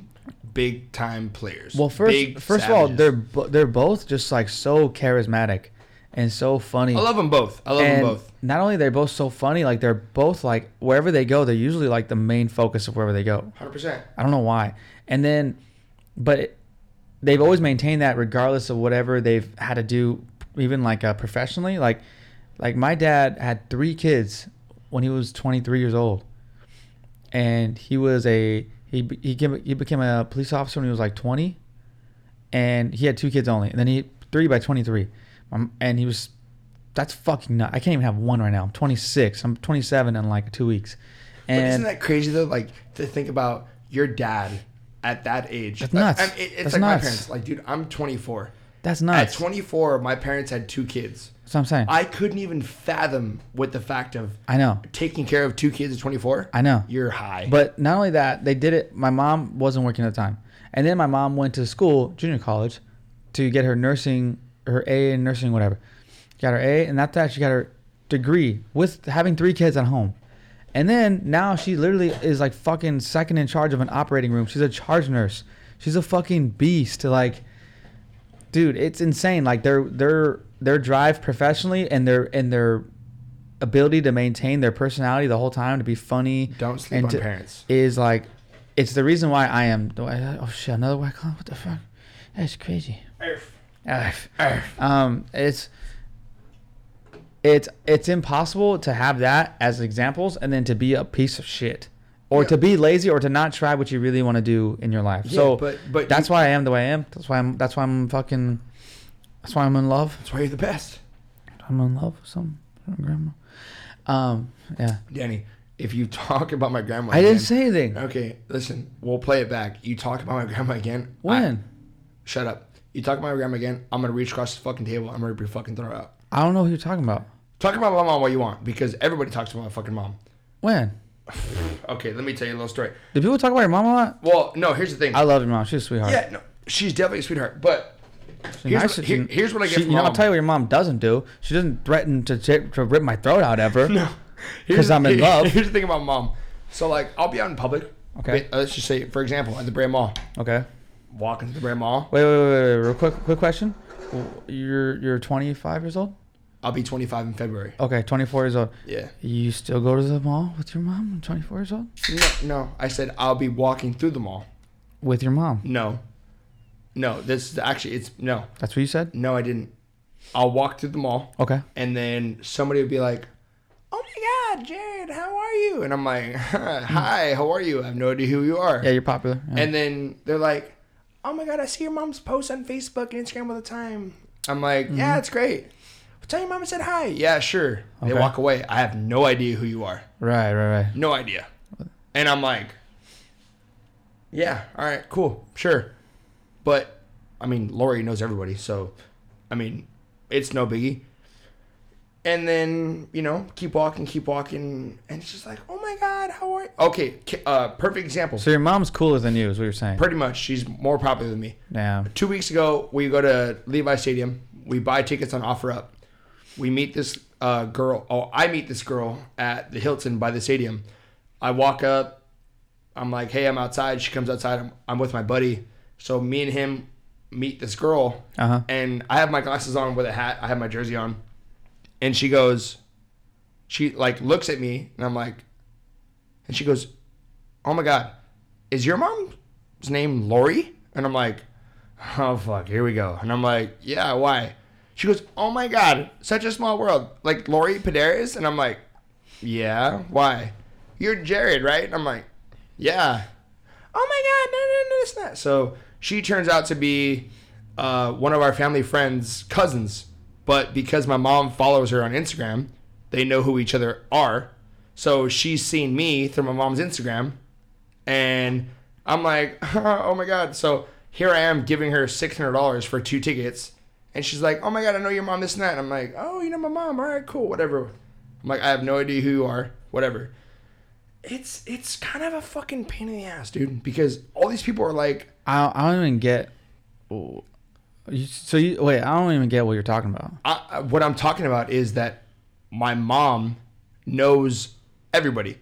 B: big time players.
A: Well, first,
B: Big
A: first of all,
B: savages.
A: they're bo- they're both just like so charismatic and so funny.
B: I love them both. I love
A: and
B: them both.
A: Not only they're both so funny, like they're both like wherever they go, they're usually like the main focus of wherever they go.
B: 100%.
A: I don't know why. And then, but it, they've always maintained that regardless of whatever they've had to do, even like uh, professionally. Like, like my dad had three kids when he was 23 years old, and he was a he be- he became, he became a police officer when he was like 20, and he had two kids only, and then he three by 23, um, and he was that's fucking nut. I can't even have one right now. I'm 26. I'm 27 in like two weeks,
B: But
A: and
B: isn't that crazy though? Like to think about your dad at that age.
A: That's
B: Like,
A: nuts.
B: I mean, it- it's
A: That's
B: like my
A: nuts.
B: parents. Like, dude, I'm 24.
A: that's nuts.
B: At 24, my parents had two kids.
A: that's what I'm saying.
B: I couldn't even fathom with the fact of
A: I know.
B: taking care of two kids at 24.
A: I know.
B: You're high.
A: But not only that, they did it. My mom wasn't working at the time, and then my mom went to school, junior college, to get her nursing, her A in nursing, whatever. Got her A, and after that, she got her degree with having three kids at home. And then now she literally is like fucking second in charge of an operating room. She's a charge nurse. She's a fucking beast. Like, dude, it's insane. Like their their their drive professionally and their and their ability to maintain their personality the whole time to be funny.
B: Don't sleep
A: and
B: on
A: to-
B: parents.
A: is like it's the reason why I am the way oh shit another white clown what the fuck that's crazy Arf. um it's it's it's impossible to have that as examples and then to be a piece of shit or
B: Yeah.
A: to be lazy or to not try what you really want to do in your life
B: Yeah,
A: so
B: but- but
A: that's
B: you-
A: why I am the way I am that's why I'm that's why I'm fucking That's why I'm in love.
B: That's why you're the best.
A: I'm in love with some some grandma. Um, yeah.
B: Danny, if you talk about my grandma
A: I
B: again-
A: didn't say anything.
B: Okay, listen, we'll play it back. You talk about my grandma again. I-
A: When?
B: shut up. You talk about my grandma again. I'm gonna reach across the fucking table. I'm gonna rip your fucking throat out.
A: I don't know who you're talking about.
B: Talk about my mom all you want because everybody talks about my fucking mom.
A: When?
B: Okay, let me tell you a little story.
A: Do people talk about your mom a lot?
B: Well, no, here's the thing.
A: I love your mom. She's a sweetheart.
B: yeah, no, she's definitely a sweetheart, but
A: She's
B: here's,
A: nice.
B: what, here- here's what I get
A: She-
B: from
A: you know,
B: mom.
A: I'll tell you what your mom doesn't do. She doesn't threaten to, ch- to rip my throat out ever.
B: No. Here's
A: 'Cause
B: the-
A: I'm in
B: here-
A: love.
B: Here's the thing about mom. So like, I'll be out in public. uh,
A: Okay.
B: Let's just say, for example, at the Brand Mall,
A: Okay.
B: walking to the Brand Mall.
A: Wait, wait, wait, wait, wait. Real quick, quick question. W- You're you're 25 years old.
B: I'll be 25 in February.
A: Okay, 24 years old.
B: Yeah.
A: You still go to the mall with your mom? I'm 24 years old.
B: No, no, I said I'll be walking through the mall.
A: With your mom.
B: No, no. This is actually it's no,
A: That's what you said.
B: no. I didn't. I'll walk through the mall,
A: Okay.
B: and then somebody would be like, "Oh my God, Jared, how are you?" And I'm like, "Hi, how are you? I have no idea who you are."
A: Yeah, you're popular. Yeah.
B: And then they're like, "Oh my God, I see your mom's posts on Facebook and Instagram all the time." I'm like, "Yeah, it's great." Well, tell your mom I said hi. Yeah, sure. They
A: Mm-hmm. Okay.
B: walk away. I have no idea who you are.
A: right, right, right.
B: No idea. And I'm like, yeah, all right, cool, sure. But, I mean, Lori knows everybody. So, I mean, it's no biggie. And then, you know, keep walking, keep walking. And it's just like, oh my God, how are you? Okay, ki- uh, perfect example.
A: So your mom's cooler than you is what you're saying.
B: Pretty much, she's more popular than me.
A: Yeah.
B: Two weeks ago, we go to Levi Stadium. We buy tickets on OfferUp. We meet this uh, girl. Oh, I meet this girl at the Hilton by the stadium. I walk up. I'm like, hey, I'm outside. She comes outside. I'm, I'm with my buddy. So me and him meet this girl.
A: Uh huh.
B: And I have my glasses on with a hat. I have my jersey on. And she goes, she like looks at me and I'm like, and she goes, oh my God, is your mom's name Lori? And I'm like, oh fuck, here we go. And I'm like, yeah, why? She goes, oh my God, such a small world. Like Lori Pederes? And I'm like, yeah, why? You're Jared, right? And I'm like, yeah. Oh my God, no, no, no, it's not. So she turns out to be uh, one of our family friends' cousins, but because my mom follows her on Instagram, they know who each other are. So she's seen me through my mom's Instagram, and I'm like, oh my god. So here I am giving her six hundred dollars for two tickets, and she's like, oh my god, I know your mom, this and that. And I'm like, oh, you know my mom. All right, cool, whatever. I'm like, I have no idea who you are, whatever. It's it's kind of a fucking pain in the ass, dude, because all these people are like,
A: I I don't even get. oh, You, so you wait. I don't even get what you're talking about.
B: I, I- what I'm talking about is that my mom knows everybody.
A: But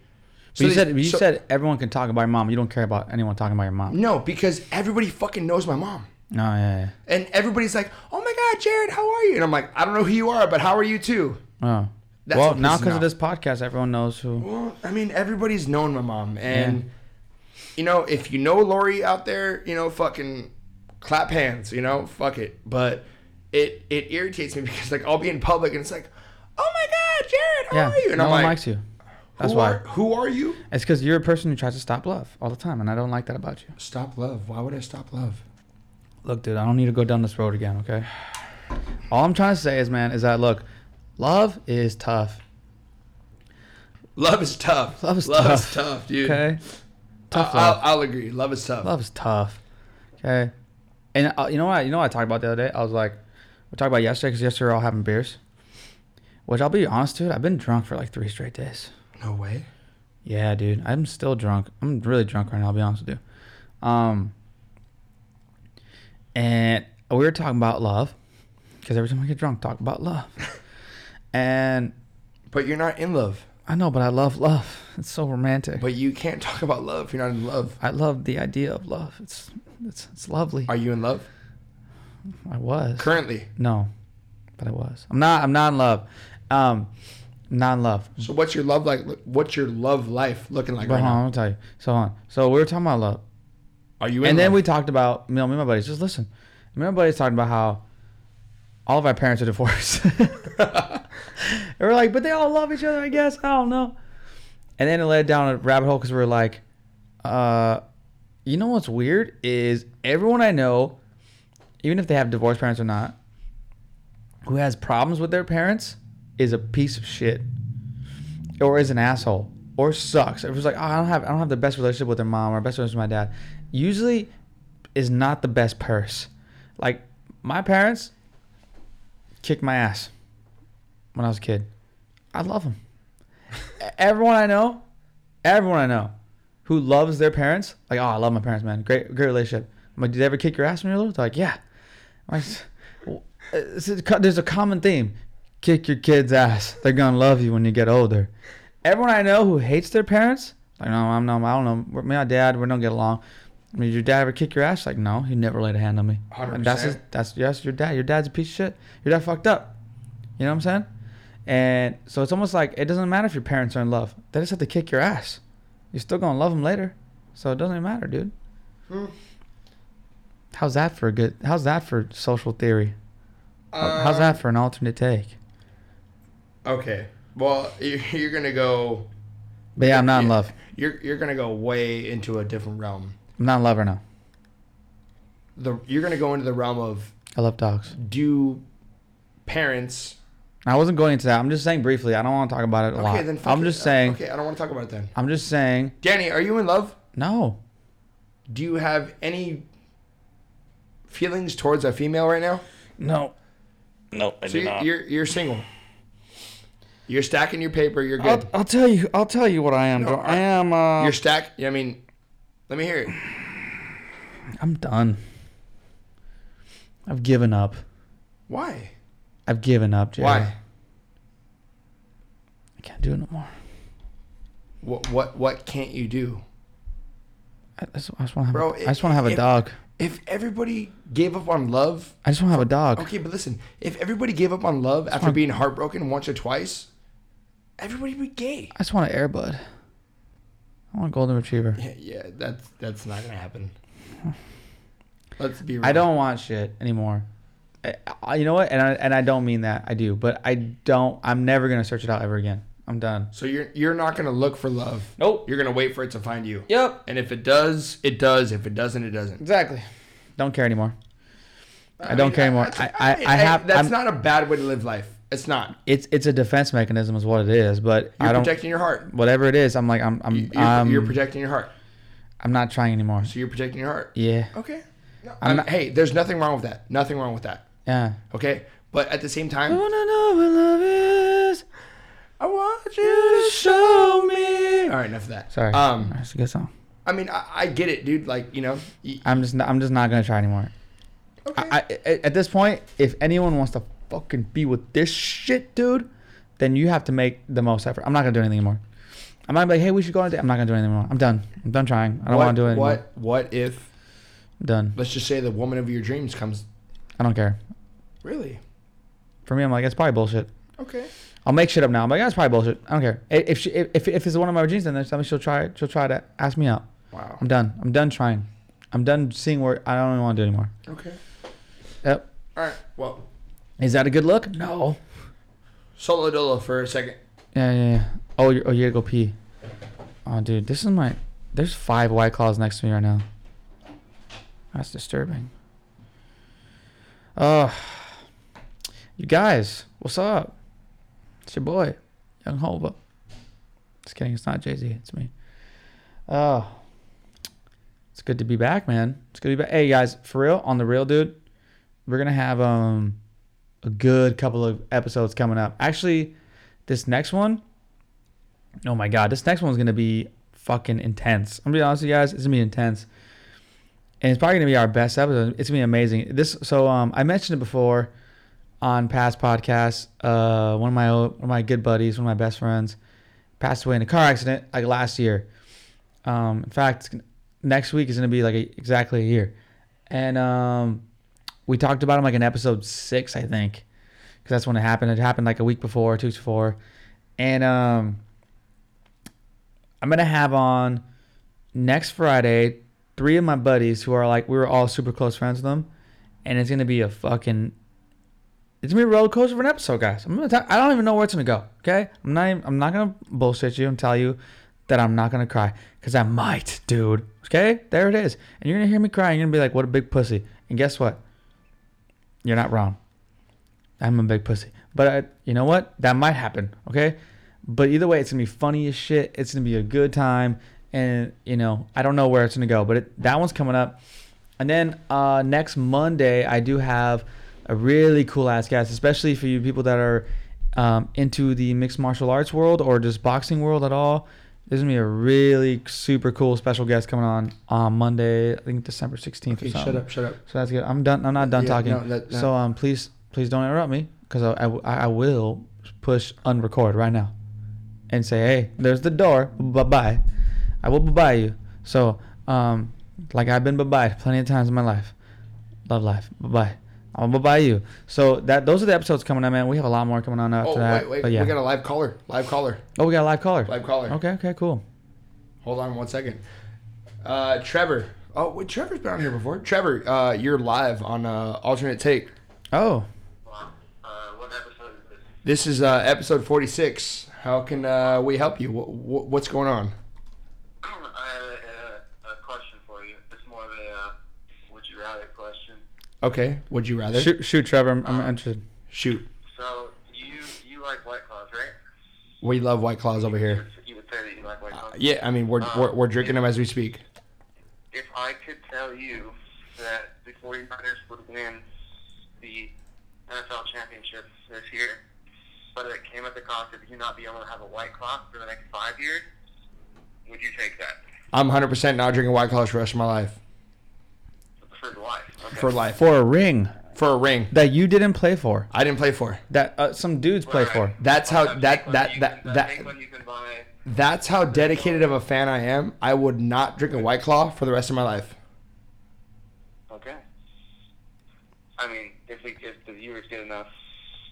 B: So
A: you
B: they-
A: said you
B: so-
A: said everyone can talk about your mom. You don't care about anyone talking about your mom.
B: no because everybody fucking knows my mom,
A: No, yeah,
B: and everybody's like, "Oh my god, Jared, how are you?" And I'm like, "I don't know who you are, but how are you too?"
A: yeah. Oh.
B: That's
A: well,
B: what
A: now
B: pisses
A: because
B: me
A: of this podcast, everyone knows who.
B: Well, I mean, everybody's known my mom, and you know, if you know Lori out there, you know, fucking clap hands, you know, fuck it. But it it irritates me because like I'll be in public and it's like, "Oh my god, Jared, how
A: Yeah,
B: are you?" And
A: no
B: I'm
A: one
B: like,
A: likes you. That's
B: who
A: why.
B: Are, who are you?
A: It's because you're a person who tries to stop love all the time, and I don't like that about you.
B: Stop love. Why would I stop love?
A: Look, dude, I don't need to go down this road again. Okay. All I'm trying to say is, man, is that look, love is tough.
B: Love is tough.
A: Love is tough.
B: tough, dude.
A: Okay. Tough
B: I, I'll,
A: love.
B: I'll agree. Love is tough.
A: Love is tough. Okay. And uh, you know what? You know what I talked about the other day? I was like, we talked about yesterday because yesterday we we're all having beers. Which I'll be honest, dude, I've been drunk for like three straight days.
B: No way.
A: Yeah, dude, I'm still drunk. I'm really drunk right now. I'll be honest with you. Um, and we were talking about love because every time I get drunk, talk about love. and
B: But you're not in love.
A: I know, but I love love. It's so romantic.
B: But you can't talk about love if you're not in love.
A: I love the idea of love. It's it's it's lovely.
B: Are you in love
A: I was.
B: currently?
A: No, but I was. I'm not. I'm not in love. Um, not in love.
B: So what's your love like? What's your love life looking like
A: But
B: right
A: hold on,
B: now?
A: I'm gonna tell you. So hold on. So we were talking about love,
B: Are you in?
A: and then we
B: love?
A: talked about you know, me and my buddies. Just listen. Me and my buddies talking about how all of our parents are divorced. and we're like, but they all love each other. I guess I don't know. And then it led down a rabbit hole because we were like, uh, you know what's weird is everyone I know, even if they have divorced parents or not, who has problems with their parents is a piece of shit or is an asshole or sucks. It was like, oh, I don't have I don't have the best relationship with their mom or best relationship with my dad. Usually is not the best purse. Like my parents kicked my ass when I was a kid. I love them. everyone I know, everyone I know who loves their parents, like, oh, I love my parents, man. Great, great relationship. I'm like, did they ever kick your ass when you were little? They're like, yeah. I'm like, "Well, it's a co- there's a common theme. Kick your kid's ass. They're gonna love you when you get older. Everyone I know who hates their parents, like, no, I'm no, I don't know. We're- Me and my dad, we don't get along. I mean, did your dad ever kick your ass? Like, no, he never laid a hand on me.
B: 100%.
A: And that's his, that's yes, your dad. Your dad's a piece of shit. Your dad fucked up. You know what I'm saying? And so it's almost like it doesn't matter if your parents are in love. They just have to kick your ass. You're still gonna love them later. So it doesn't even matter, dude.
B: Hmm.
A: How's that for a good? How's that for social theory? How- Uh, How's that for an alternate take?
B: Uh, Okay. Well, you're, you're gonna go.
A: But yeah, I'm not in love.
B: You're you're gonna go way into a different realm.
A: I'm not in love right now.
B: The you're gonna go into the realm of
A: I love dogs.
B: do parents.
A: I wasn't going into that. I'm just saying briefly. I don't want to talk about it a lot.
B: Okay, then. fuck
A: I'm
B: it.
A: just saying.
B: Okay, I don't want to talk about it then.
A: I'm just saying.
B: Danny, are you in love?
A: No,
B: Do you have any feelings towards a female right now?
A: no.
C: No, I
B: So
C: do
B: you're,
C: not.
B: you're you're single. You're stacking your paper. You're
A: I'll,
B: good.
A: I'll tell you. I'll tell you what I am. Joe. I am. Uh,
B: You're stack. I mean, let me hear it.
A: I'm done. I've given up.
B: Why?
A: I've given up, Jerry.
B: Why?
A: I can't do it no more.
B: What what what can't you do?
A: I just, I just want to have.
B: Bro,
A: a, I just want to have a
B: if-
A: dog.
B: If everybody gave up on love,
A: I just want to have a dog.
B: okay, but listen, if everybody gave up on love after being heartbroken once or twice, everybody would be gay.
A: I just want an Airbud. I want a golden retriever.
B: Yeah, yeah, that's that's not gonna happen. Let's be. Real.
A: I don't want shit anymore. I, I- you know what? And I, and I don't mean that. I do, but I don't. I'm never gonna search it out ever again. I'm done.
B: So you're you're not gonna look for love.
A: Nope.
B: You're gonna wait for it to find you.
A: Yep.
B: And if it does, it does. If it doesn't, it doesn't.
A: Exactly. Don't care anymore. I, don't care anymore. I, I, I,
B: Hey,
A: have. I'm-
B: That's not a bad way to live life. It's not.
A: it's it's a defense mechanism, is what it is. But
B: You're
A: I don't. Um,
B: protecting your heart.
A: whatever it is, I'm like I'm I'm
B: You're,
A: I'm,
B: you're protecting your heart.
A: I'm not trying anymore.
B: So you're protecting your heart.
A: Yeah.
B: Okay. No,
A: I'm
B: I'm-
A: not-
B: hey, there's nothing wrong with that. Nothing wrong with that.
A: Yeah.
B: Okay. But at the same
A: I
B: time,
A: wanna know what love is.
B: I want
A: You show me.
B: All right, enough of that.
A: Sorry.
B: Um,
A: That's a good song.
B: I mean, I, I get it, dude. Like, you know, y-
A: I'm just not, I'm just not gonna try anymore.
B: okay.
A: I, I at this point, if anyone wants to fucking be with this shit, dude, then you have to make the most effort. I'm not gonna do anything anymore. I might be like, hey, we should go on a date. I'm not gonna do anything anymore. I'm done. I'm done trying. I don't
B: What-
A: want to do it anymore.
B: What? What if?
A: I'm done.
B: Let's just say the woman of your dreams comes.
A: I don't care.
B: Really?
A: For me, I'm like, that's probably bullshit.
B: Okay.
A: I'll make shit up now. I'm like, that's probably bullshit. I don't care. I- If she, if if- if it's one of my jeans, then there's something she'll try. She'll try to ask me out.
B: Wow.
A: I'm done. I'm done trying. I'm done seeing where I don't even want to do anymore.
B: Okay.
A: Yep.
B: All right. Well,
A: Is that a good look? No.
B: solo dolo for a second.
A: Yeah, yeah, yeah. Oh, you're, oh, you gotta go pee. Oh, dude, this is my. There's five white claws next to me right now. That's disturbing. Uh, you guys, what's up? It's your boy, Young Hova. Just kidding, it's not Jay Z, it's me. Oh, it's good to be back, man. It's good to be back. Hey guys, for real, on the real, dude, we're gonna have um a good couple of episodes coming up. Actually, this next one, oh my god, this next one's gonna be fucking intense. I'm gonna be honest with you guys, it's gonna be intense. And it's probably gonna be our best episode. It's gonna be amazing. This so um I mentioned it before on past podcasts. Uh one of my old, one of my good buddies, one of my best friends, passed away in a car accident like last year. Um in fact it's gonna- next week is gonna be like a, exactly a year. And um we talked about him like in episode six, I think because that's when it happened. It happened like a week before, two weeks before, and um, I'm gonna have on next Friday three of my buddies who are like we were all super close friends with them, and it's gonna be a fucking it's gonna be a roller coaster of an episode, guys. I'm gonna talk, I don't even know where it's gonna go. Okay, I'm not even, I'm not gonna bullshit you and tell you that I'm not gonna cry because I might, dude. Okay, there it is, and you're gonna hear me cry. And you're gonna be like, "What a big pussy!" And guess what? You're not wrong. I I'm a big pussy. But I, you know what? That might happen. Okay. But either way, it's gonna be funny as shit. It's gonna be a good time, and you know I don't know where it's gonna go, but it, that one's coming up. And then uh, next Monday, I do have a really cool ass guest, especially for you people that are um, into the mixed martial arts world or just boxing world at all. There's gonna be a really super cool special guest coming on on Monday. I think December 16th. or
B: Okay,
A: something.
B: shut up, shut up.
A: So that's good. I'm done. I'm not done
B: Yeah,
A: talking.
B: no, that- that-
A: So um, please, please don't interrupt me because I, I, I will push unrecord right now, and say, hey, there's the door. Bye bye. I will bye bye you. So um, like I've been bye bye plenty of times in my life. Love life. Bye bye. I'm bye bye you. So that those are the episodes coming up, man. We have a lot more coming on after
B: Oh
A: that.
B: wait, wait,
A: but yeah.
B: we got a live caller. Live caller.
A: oh, we got a live caller.
B: Live caller.
A: Okay. Okay. Cool.
B: Hold on one second. Uh, Trevor. Oh, wait, Trevor's been on here before. Trevor, uh, you're live on uh, alternate take.
A: Oh.
C: Uh, what episode is this?
B: This is uh, episode 46. How can uh, we help you? Wh- wh- what's going on?
C: I have a, a, a question for you. It's more of a uh, would you rather question.
B: Okay. Would you rather
A: Shoot, shoot, Trevor. I'm,
B: Ah.
A: I'm interested.
B: Shoot.
C: So you you like White Claws, right?
B: We love White Claws over here.
C: You would say that you like White Claws.
B: Yeah, I mean we're we're, we're drinking them as we speak.
C: If I could tell you that the 49ers would win the NFL championship this year, but it came at the cost of you not being able to have a White Claw for the next five years, would you take that?
B: I'm 100% not drinking White Claws for the rest of my life.
C: For life. Okay.
B: For life.
A: For a ring
B: For a ring.
A: that you didn't play for,
B: I didn't play for.
A: that uh, some dudes play for.
B: That's how
C: Take
B: that
C: one
B: that
C: you
B: that
C: can-
B: that
C: take one you can buy
B: that's how dedicated of a fan I am. I would not drink a White Claw for the rest of my life.
C: Okay. I mean, if we if the viewers get enough,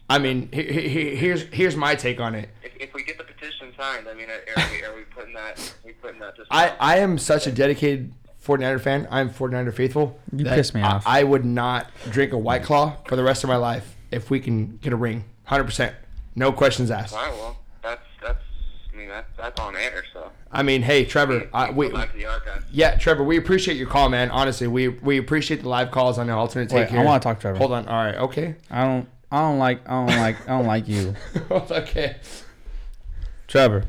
B: I mean, he, he, he- here's here's my take on it.
C: if, if we get the petition signed, I mean, are, are, we, are we putting that? Are we putting that? Just
B: I, I am such a dedicated 49er fan. I'm 49er faithful.
A: You
B: that
A: piss me
B: I-
A: off.
B: I, would not drink a White Claw for the rest of my life if we can get a ring. 100%. No questions asked.
C: All right. Well, that's that's. I mean, that's that's on air. So.
B: I mean, hey, Trevor, I,
C: Go
B: we,
C: back to the archives.
B: yeah, Trevor, we appreciate your call, man. Honestly, we we appreciate the live calls on the alternate take
A: Wait, I
B: here.
A: wanna talk to Trevor.
B: Hold on. All right. Okay.
A: I don't. I don't like. I don't like. I don't like you,
B: okay.
A: Trevor.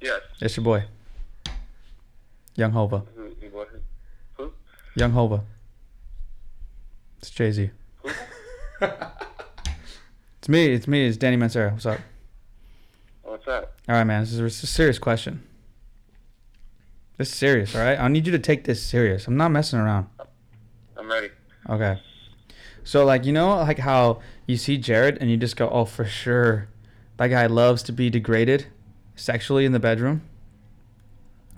C: Yes.
A: It's your boy, Young Hova.
C: Who? Who? What, who?
A: Young Hova. It's Jay Z.
C: Who?
A: It's me. It's me. It's Danny Mancera. What's up?
C: What's up?
A: All right, man. This is a s- serious question. This is serious. All right. I need you to take this serious. I'm not messing around.
C: I'm ready.
A: Okay. So like you know like how you see Jared and you just go, "Oh, for sure. That guy loves to be degraded sexually in the bedroom."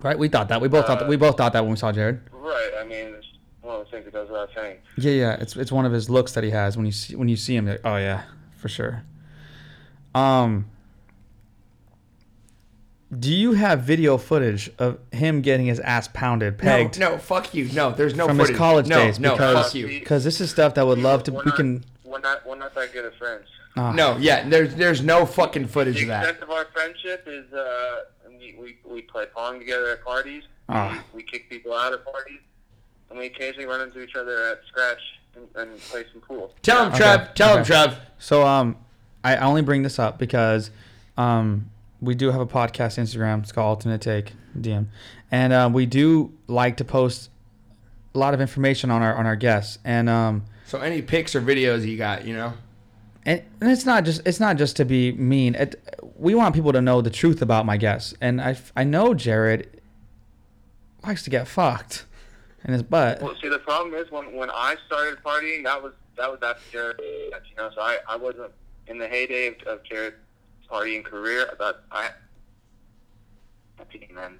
A: Right? We thought that. We both thought that. We both thought that when we saw Jared.
C: Right. I mean, it's one of the things that goes without saying.
A: Yeah, yeah. It's it's one of his looks that he has when you see when you see him. you're Like, oh yeah, for sure. Um. Do you have video footage of him getting his ass pounded, pegged?
B: No, no, fuck you. No, there's no
A: From his
B: footage.
A: college
B: no,
A: days,
B: No,
A: because-
B: fuck you.
A: Because this is stuff that would love to.
C: We're
A: We
C: not-
A: can.
C: We're not. We're not that good of friends.
A: ah.
B: No, yeah, there's there's no fucking footage
C: The
B: of that.
C: extent of our friendship is uh, we, we, we play pong together at parties.
A: Ah.
C: We, we kick people out of parties. And we occasionally run into each other at scratch and, and play some pool.
B: Tell him,
A: Okay,
B: Trev. Tell him,
A: okay.
B: Trev.
A: So um, I I only bring this up because um, we do have a podcast Instagram. It's called Alternate Take DM, and uh, we do like to post a lot of information on our on our guests, and um,
B: So any pics or videos you got, you know?
A: and, and it's not just it's not just to be mean. It, we want people to know the truth about my guests, and I I know Jared likes to get fucked in his butt.
C: Well, see, the problem is when when I started partying, that was that was after Jared, you know. So I, I wasn't in the heyday of, of Jared's partying career. But I, I think then.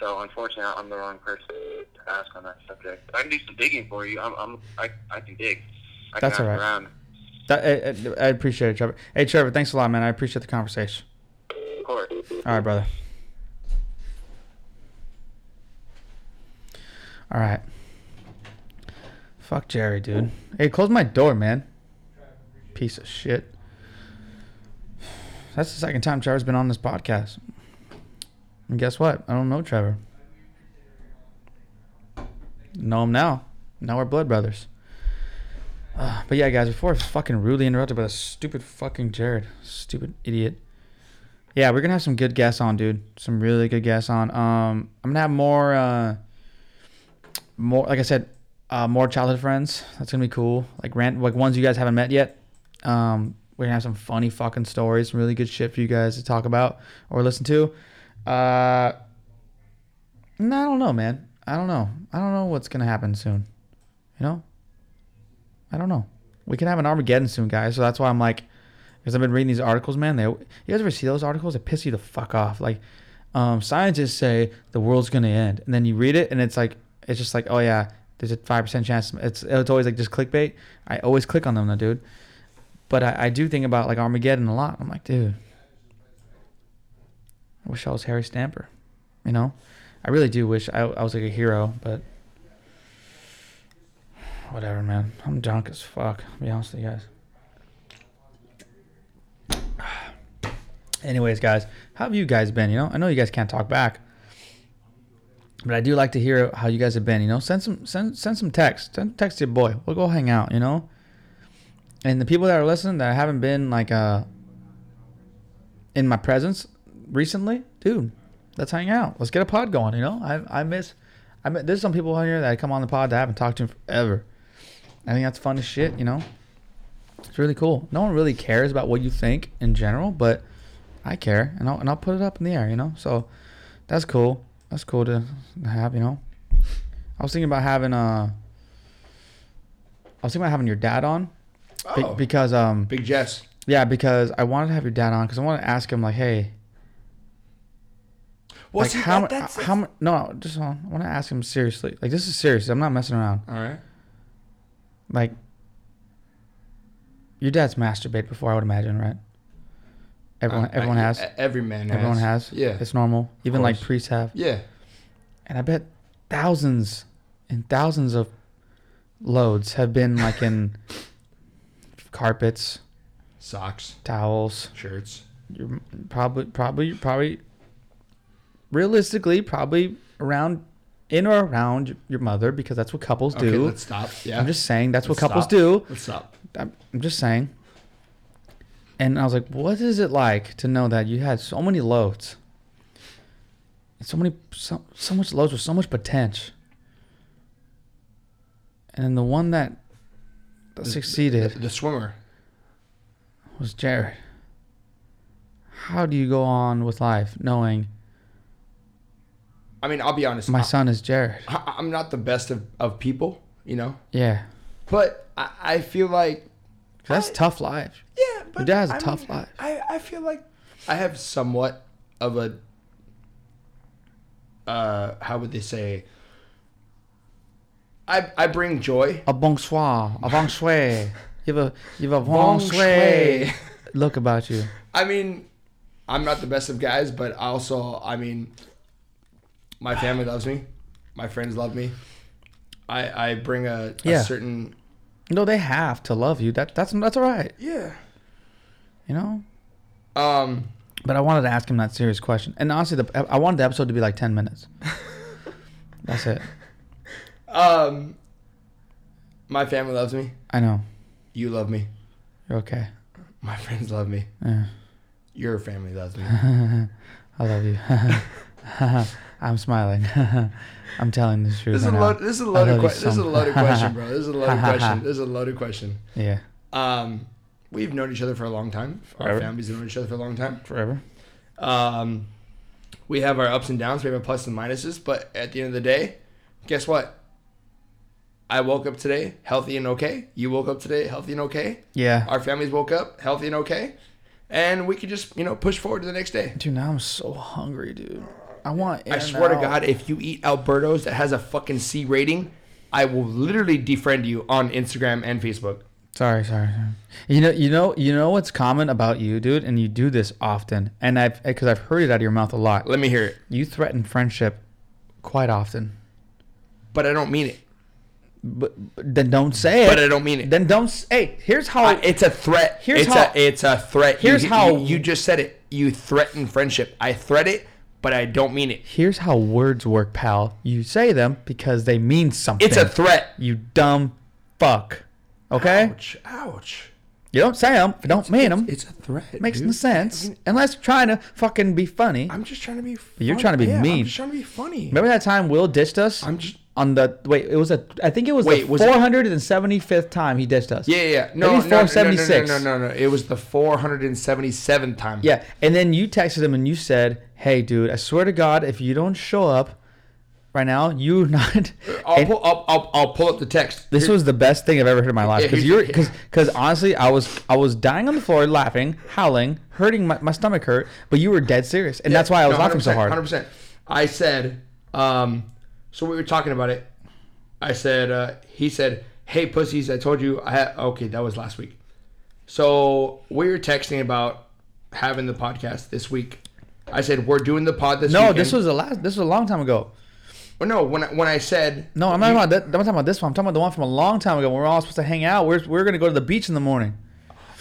C: So unfortunately, I'm the wrong person to ask on that subject. I can do some digging for you. I'm, I'm I, I can dig. I
A: That's
C: can
A: all
C: ask
A: right.
C: around.
A: That, I, I, I appreciate it, Trevor. Hey, Trevor, thanks a lot, man. I appreciate the conversation.
C: Of course.
A: All right, brother. All right. Fuck Jerry, dude. Hey, close my door, man. Piece of shit. That's the second time Trevor's been on this podcast. And guess what? I don't know Trevor. Know him now. Now we're blood brothers. Uh, but yeah, guys, before I was fucking rudely interrupted by the stupid fucking Jared, stupid idiot. Yeah, we're gonna have some good guests on, dude. Some really good guests on. Um, I'm gonna have more, uh, more. Like I said, uh, more childhood friends. That's gonna be cool. Like rant, like ones you guys haven't met yet. Um, we're gonna have some funny fucking stories, some really good shit for you guys to talk about or listen to. Uh, no, I don't know, man. I don't know. I don't know what's gonna happen soon. You know, I don't know. We can have an Armageddon soon, guys. So that's why I'm like, because I've been reading these articles, man. They, you guys ever see those articles? They piss you the fuck off. Like, um, scientists say the world's gonna end, and then you read it, and it's like, it's just like, oh yeah, there's a five percent chance. It's it's always like just clickbait. I always click on them, though, dude. But I, I do think about like Armageddon a lot. I'm like, dude, I wish I was Harry Stamper. You know, I really do wish I, I was like a hero, but whatever, man. I'm drunk as fuck. I'll be honest with you guys. Anyways, guys, how have you guys been? You know, I know you guys can't talk back, but I do like to hear how you guys have been. You know, send some send send some text. Send text to your boy. We'll go hang out. You know, and the people that are listening that haven't been like uh in my presence recently, dude, let's hang out. Let's get a pod going. You know, I I miss. I mean, there's some people on here that I come on the pod that I haven't talked to in forever. I think that's fun as shit, you know? It's really cool. No one really cares about what you think in general, but I care, and I'll, and I'll put it up in the air, you know? So that's cool. That's cool to have, you know? I was thinking about having, uh, I was thinking about having your dad on be-
B: Oh,
A: because, um,
B: Big Jess.
A: yeah, because I wanted to have your dad on because I want to ask him, like, hey,
B: Well,
A: like,
B: see,
A: how,
B: that-
A: mu-
B: that's-
A: how, mu- no, just hold on. I want to ask him seriously. Like, this is serious. I'm not messing around.
B: All right.
A: like your dad's masturbated before i would imagine right everyone
B: I- I-
A: everyone has
B: e- Every man.
A: everyone has
B: Yeah.
A: it's normal even like
B: course.
A: priests have
B: Yeah.
A: and i bet thousands and thousands of loads have been like in carpets
B: Socks,
A: towels
B: shirts.
A: you're probably probably probably realistically probably around in or around your mother because that's what couples
B: Okay,
A: do
B: let's stop. Yeah.
A: i'm just saying that's
B: Let's
A: what couples
B: stop.
A: do
B: Let's stop.
A: I'm, I'm just saying. And I was like, what is it like to know that you had so many loads? And so many so, so much loads with so much potential. And then the one that, that
B: The,
A: succeeded
B: the swimmer.
A: was Jared. How do you go on with life knowing
B: I mean, I'll be honest.
A: my
B: I-
A: son is Jared?
B: I, I'm not the best of, of people, you know,
A: Yeah.
B: but I, I feel like
A: 'Cause That's
B: I-
A: tough life.
B: yeah, but
A: dad has a
B: a
A: tough life.
B: I, I feel like I have somewhat of a uh how would they say I I bring joy.
A: A bonsoir, a bon shui. You have a, you have a bon,
B: Feng
A: shui.
B: shui.
A: Look about you.
B: I mean, I'm not the best of guys, but I also I mean my family loves me. My friends love me. I I bring a, a
A: Yeah.
B: certain
A: No, they have to love you. That that's that's all right.
B: Yeah.
A: You know.
B: Um
A: But I wanted to ask him that serious question, and honestly, the, I wanted the episode to be like ten minutes. that's it.
B: um my family loves me.
A: I know
B: You love me.
A: you're okay.
B: My friends love me.
A: Yeah.
B: Your family loves me.
A: I love you. I'm smiling. I'm telling the truth.
B: This is a
A: right
B: load,
A: now.
B: this is a
A: I
B: loaded
A: love you
B: question. This is a
A: so-
B: loaded question, bro. This is a loaded question. This is a loaded question.
A: Yeah.
B: Um, we've known each other for a long time. Our
A: Forever.
B: families have known each other for a long time.
A: Forever.
B: Um, we have our ups and downs. We have our plus and minuses. But at the end of the day, guess what? I woke up today healthy and okay. You woke up today healthy and okay.
A: Yeah.
B: Our families woke up healthy and okay, and we could just you know push forward to the next day.
A: Dude, now I'm so hungry, dude. I want.
B: I swear to God, if you eat Alberto's that has a fucking C rating, I will literally defriend you on Instagram and Facebook.
A: Sorry, sorry, sorry. You know, you know, you know what's common about you, dude, and you do this often, and I've because I've heard it out of your mouth a lot.
B: Let me hear it.
A: You threaten friendship quite often.
B: But I don't mean it.
A: But, but then don't say it.
B: But I don't mean it.
A: Then don't. s- Hey, here's how.
B: I- it's a threat.
A: Oh, Here's
B: it's
A: how-
B: a it's a threat. You-
A: here's
B: you,
A: how-
B: you, just said it. You threaten friendship. I threat it, but I don't mean it.
A: here's how words work, pal. You say them because they mean something.
B: It's a threat.
A: You dumb fuck. Okay,
B: Ouch. Ouch.
A: you don't say them if you don't mean them.
B: It's a threat.
A: makes
B: dude.
A: no sense
B: I mean,
A: unless you're trying to fucking be funny.
B: I'm just trying to be.
A: You're
B: fun-
A: trying to be
B: yeah,
A: mean.
B: I'm just trying to be funny.
A: Remember that time Will ditched us
B: I'm just.
A: on the wait? It was a I think it was
B: Wait,
A: the
B: was it-
A: 475th time he ditched us.
B: Yeah, yeah, yeah. No,
A: Maybe
B: no, no, no, no, no,
A: 476.
B: no, no, no. It was the 477th time.
A: Yeah, and then you texted him and you said, "Hey, dude, I swear to God, if you don't show up right now, you not."
B: I'll
A: And
B: pull, I'll, I'll, I'll pull up the text.
A: this was the best thing I've ever heard in my life
B: Yeah,
A: because
B: here's-
A: you're because because honestly, I was I was dying on the floor, laughing, howling, hurting my, my stomach hurt, but you were dead serious, and that's why I was laughing so hard.
B: 100%. I said, um, so we were talking about it. I said, uh, he said, hey, pussies, I told you. I had, okay, that was last week. So we were texting about having the podcast this week. I said, we're doing the pod this
A: No,
B: weekend."
A: this was the last. This was a long time ago.
B: Well, no, when I, when I said.
A: No, I'm not talking about that. I'm not talking about this one. I'm talking about the one from a long time ago when we're all supposed to hang out. We're we're gonna go to the beach in the morning.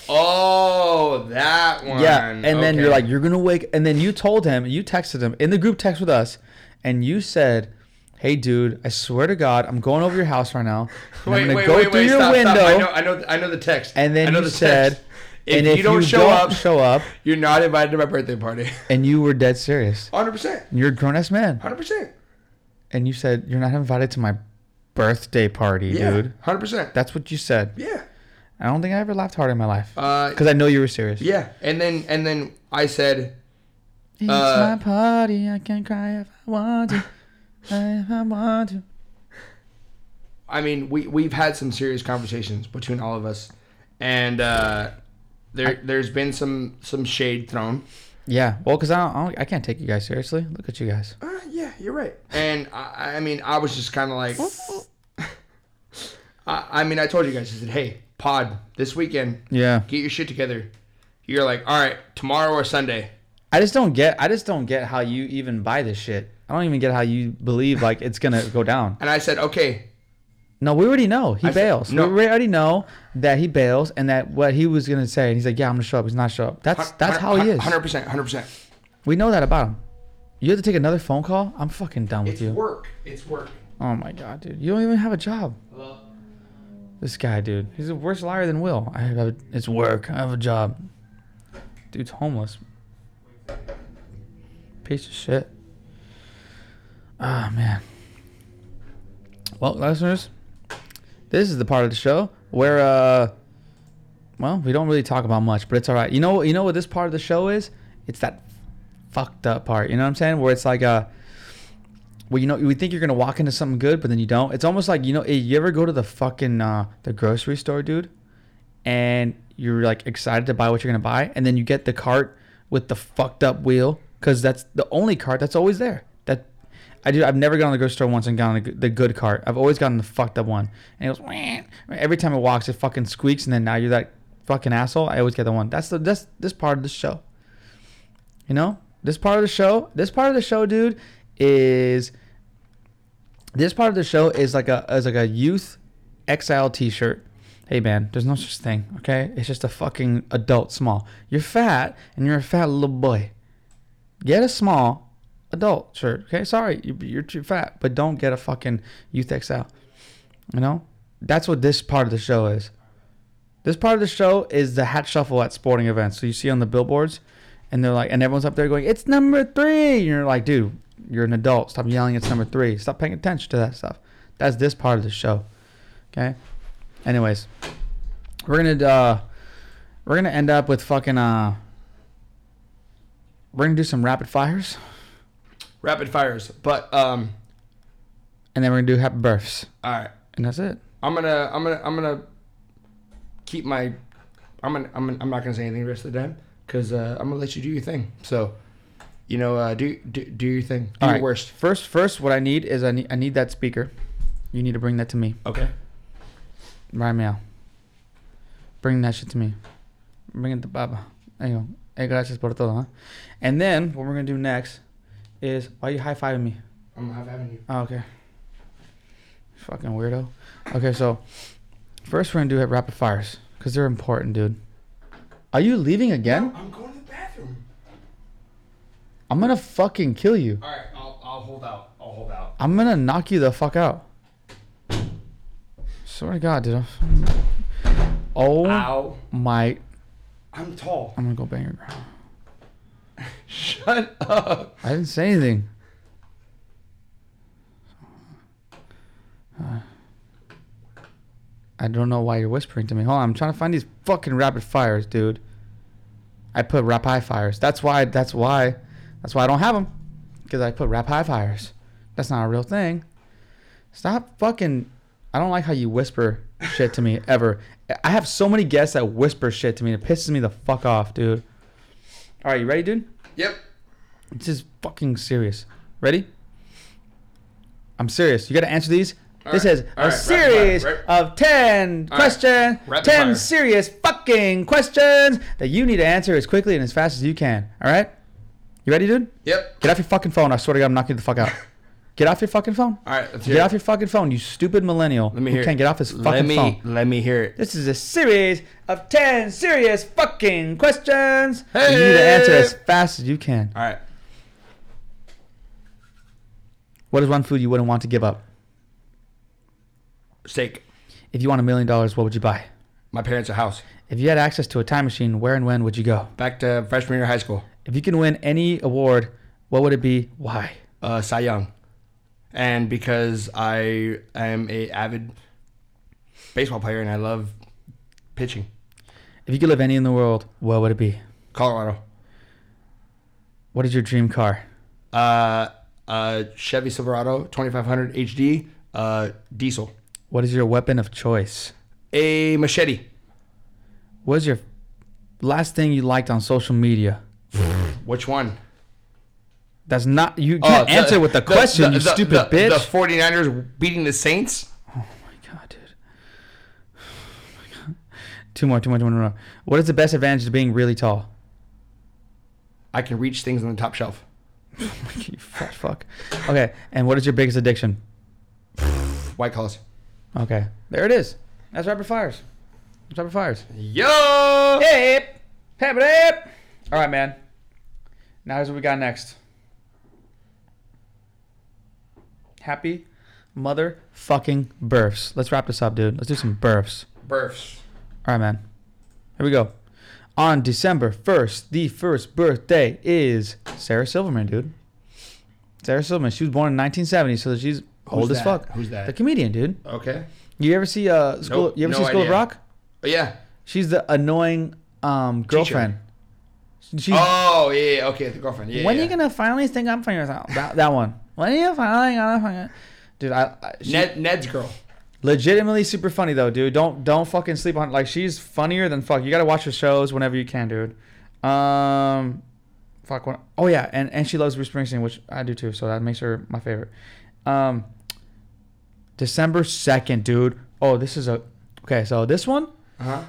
B: Oh, that one.
A: Yeah, and then you're
B: Okay.
A: like, you're gonna wake, and then you told him, you texted him in the group text with us, and you said, "Hey, dude, I swear to God, I'm going over your house right now. and I'm gonna go through your
B: stop,
A: window."
B: Stop. I know, I know, I know the text.
A: And then
B: I know
A: you
B: the
A: said,
B: text. if,
A: and if
B: you don't show up,
A: show up,
B: you're not invited to my birthday party.
A: and you were dead serious.
B: Hundred percent,
A: And You're a grown ass man,
B: hundred percent.
A: and you said you're not invited to my birthday party,
B: Yeah,
A: dude.
B: hundred percent.
A: That's what you said.
B: Yeah,
A: I don't think I ever laughed hard in my life
B: uh,
A: because I know you were serious.
B: yeah. And then and then I said,
A: It's
B: Uh,
A: my party. I can cry if I want to. If I want to.
B: I mean, we we've had some serious conversations between all of us, and uh, there there's been some some shade thrown.
A: Yeah, well, because I, don't- I, don't- I can't take you guys seriously. Look at you guys.
B: Uh, yeah, you're right. And I, I mean, I was just kind of like, I, I mean, I told you guys, I said, hey, pod this weekend,
A: Yeah,
B: get your shit together. You're like, all right, tomorrow or Sunday.
A: I just don't get. I just don't get how you even buy this shit. I don't even get how you believe like it's gonna go down.
B: And I said, okay,
A: No, we already know he
B: I said-
A: bails.
B: no.
A: We already know that he bails and that what he was gonna say. And he's like, yeah, I'm gonna show up. He's not show up. That's that's how he is.
B: Hundred percent, hundred percent.
A: We know that about him. You have to take another phone call. I'm fucking done with
B: It's
A: you.
B: work. It's work.
A: Oh my god, dude, you don't even have a job.
B: Hello.
A: This guy, dude, he's a worse liar than Will. I have a, it's work. I have a job. Dude's homeless. Piece of shit. Ah man. Well, listeners, this is the part of the show where uh, well, we don't really talk about much, but it's all right. You know, you know what this part of the show is? It's that fucked up part. You know what I'm saying? Where it's like uh well, you know, we think you're gonna walk into something good, but then you don't. It's almost like you know, eh, you ever go to the fucking uh, the grocery store, dude, and you're like excited to buy what you're gonna buy, and then you get the cart with the fucked up wheel, cause that's the only cart that's always there. That I do. I've never gone to the grocery store once and gotten the, g- the good cart. I've always gotten the fucked up one, and it goes "Wah." every time it walks, it fucking squeaks, and then now you're that fucking asshole. I always get the one. That's the that's this part of the show. You know, this part of the show, this part of the show, dude, is this part of the show is like a is like a youth exile T-shirt. Hey man, there's no such thing. Okay, it's just a fucking adult small. You're fat and you're a fat little boy. Get a small adult shirt. Okay, sorry, you- you're too fat, but don't get a fucking youth exile. You know, that's what this part of the show is. This part of the show is the hat shuffle at sporting events. So you see on the billboards, and they're like, and everyone's up there going, "It's number three. And you're like, "Dude, you're an adult. Stop yelling. It's number three. Stop paying attention to that stuff." That's this part of the show. Okay. Anyways, we're gonna uh, we're gonna end up with fucking uh, we're gonna do some rapid fires,
B: Rapid fires, but um,
A: and then we're gonna do happy births,
B: all right.
A: and that's it.
B: I'm gonna, I'm gonna, I'm gonna keep my. I'm gonna, I'm, gonna, I'm not gonna say anything the rest of the time because uh, I'm gonna let you do your thing. So, you know, uh, do, do do your thing. Do
A: All
B: your
A: right.
B: worst.
A: First, first, what I need is I need I need that speaker. You need to bring that to me.
B: Okay.
A: Right now. Bring that shit to me. Bring it to Baba. There you go. Hey, gracias por todo, huh? And then what we're gonna do next is why are you high fiving me?
B: I'm gonna have having you.
A: Oh, okay. Fucking weirdo. Okay, so first we're gonna do it rapid fires because they're important, dude. Are you leaving again?
B: I'm going to the bathroom.
A: I'm gonna fucking kill you.
B: All right, I'll, I'll hold out. I'll hold out.
A: I'm gonna knock you the fuck out. Swear to God, dude. I'm- Oh
B: Ow.
A: my!
B: I'm tall.
A: I'm gonna go bang your ground.
B: Shut up.
A: I didn't say anything. Uh, I don't know why you're whispering to me. Hold on, I'm trying to find these fucking rapid fires, dude. I put rap high fires. That's why. That's why. That's why I don't have them, because I put rap high fires. That's not a real thing. Stop fucking. I don't like how you whisper shit to me ever. I have so many guests that whisper shit to me. and It pisses me the fuck off, dude. All right, you ready, dude?
B: Yep.
A: This is fucking serious. Ready? I'm serious. You got to answer these.
B: All
A: this
B: right.
A: is
B: All
A: a
B: right, rapid fire,
A: series
B: rap-
A: of 10
B: All right.
A: questions,
B: Rapid
A: 10
B: fire.
A: serious fucking questions that you need to answer as quickly and as fast as you can. All right? You ready, dude?
B: Yep.
A: Get off your fucking phone. I swear to God, I'm knocking you the fuck out. Get off your fucking phone.
B: All right. Let's hear
A: Get
B: it.
A: off your fucking phone, you stupid millennial.
B: Let me
A: who
B: hear. it.
A: can't get off his
B: let
A: fucking
B: me,
A: phone.
B: Let me hear it.
A: This is a series of 10 serious fucking questions that you need to answer
B: Hey!
A: as fast as you can.
B: All right.
A: What is one food you wouldn't want to give up?
B: Steak.
A: If you won a million dollars, what would you buy?
B: My parents' a house.
A: If you had access to a time machine, where and when would you go?
B: Back to freshman year of high school.
A: If you can win any award, what would it be? Why?
B: Uh, Cy Young. And because I am a avid baseball player and I love pitching.
A: If you could live any in the world, what would it be?
B: Colorado.
A: What is your dream car?
B: Uh, uh, Chevy Silverado 2500 HD. Uh, diesel.
A: What is your weapon of choice?
B: A machete.
A: What is your last thing you liked on social media?
B: Which one?
A: That's not you can't
B: Oh, the-
A: answer with the, question, you stupid
B: the-
A: bitch.
B: The 49ers beating the Saints.
A: oh my god, dude. Two more, two more, two more, two more. What is the best advantage of being really tall?
B: I can reach things on the top shelf.
A: you fat fuck. Okay, and what is your biggest addiction?
B: White collars.
A: Okay, there it is. That's rapid fires. That's rapid fires.
B: Yo!
A: Yep. Pep it up. All right, man. Now here's what we got next. Happy mother fucking births. Let's wrap this up, dude. Let's do some births.
B: Burfs.
A: All right, man. Here we go. On December 1st, the first birthday is Sarah Silverman, dude. Sarah Silverman. She was born in 1970, so she's old as
B: that?
A: fuck.
B: Who's that?
A: The comedian, dude.
B: Okay.
A: You ever see uh school?
B: Nope,
A: you ever
B: no
A: see School of
B: idea.
A: Rock?
B: Oh, yeah.
A: She's the annoying um girlfriend. She's,
B: Oh, yeah, yeah. Okay, the girlfriend. Yeah.
A: when
B: yeah.
A: are you gonna finally think up for yourself? That, that one. When are you finally gonna? fucking- Dude, I, I she,
B: Ned, Ned's girl.
A: legitimately super funny though, dude. Don't don't fucking sleep on like she's funnier than fuck. You gotta watch her shows whenever you can, dude. Um, fuck. When, oh yeah, and and she loves Bruce Springsteen, which I do too. So that makes her my favorite. Um, December second, dude. Oh, this is a okay. So this one,
B: Uh huh.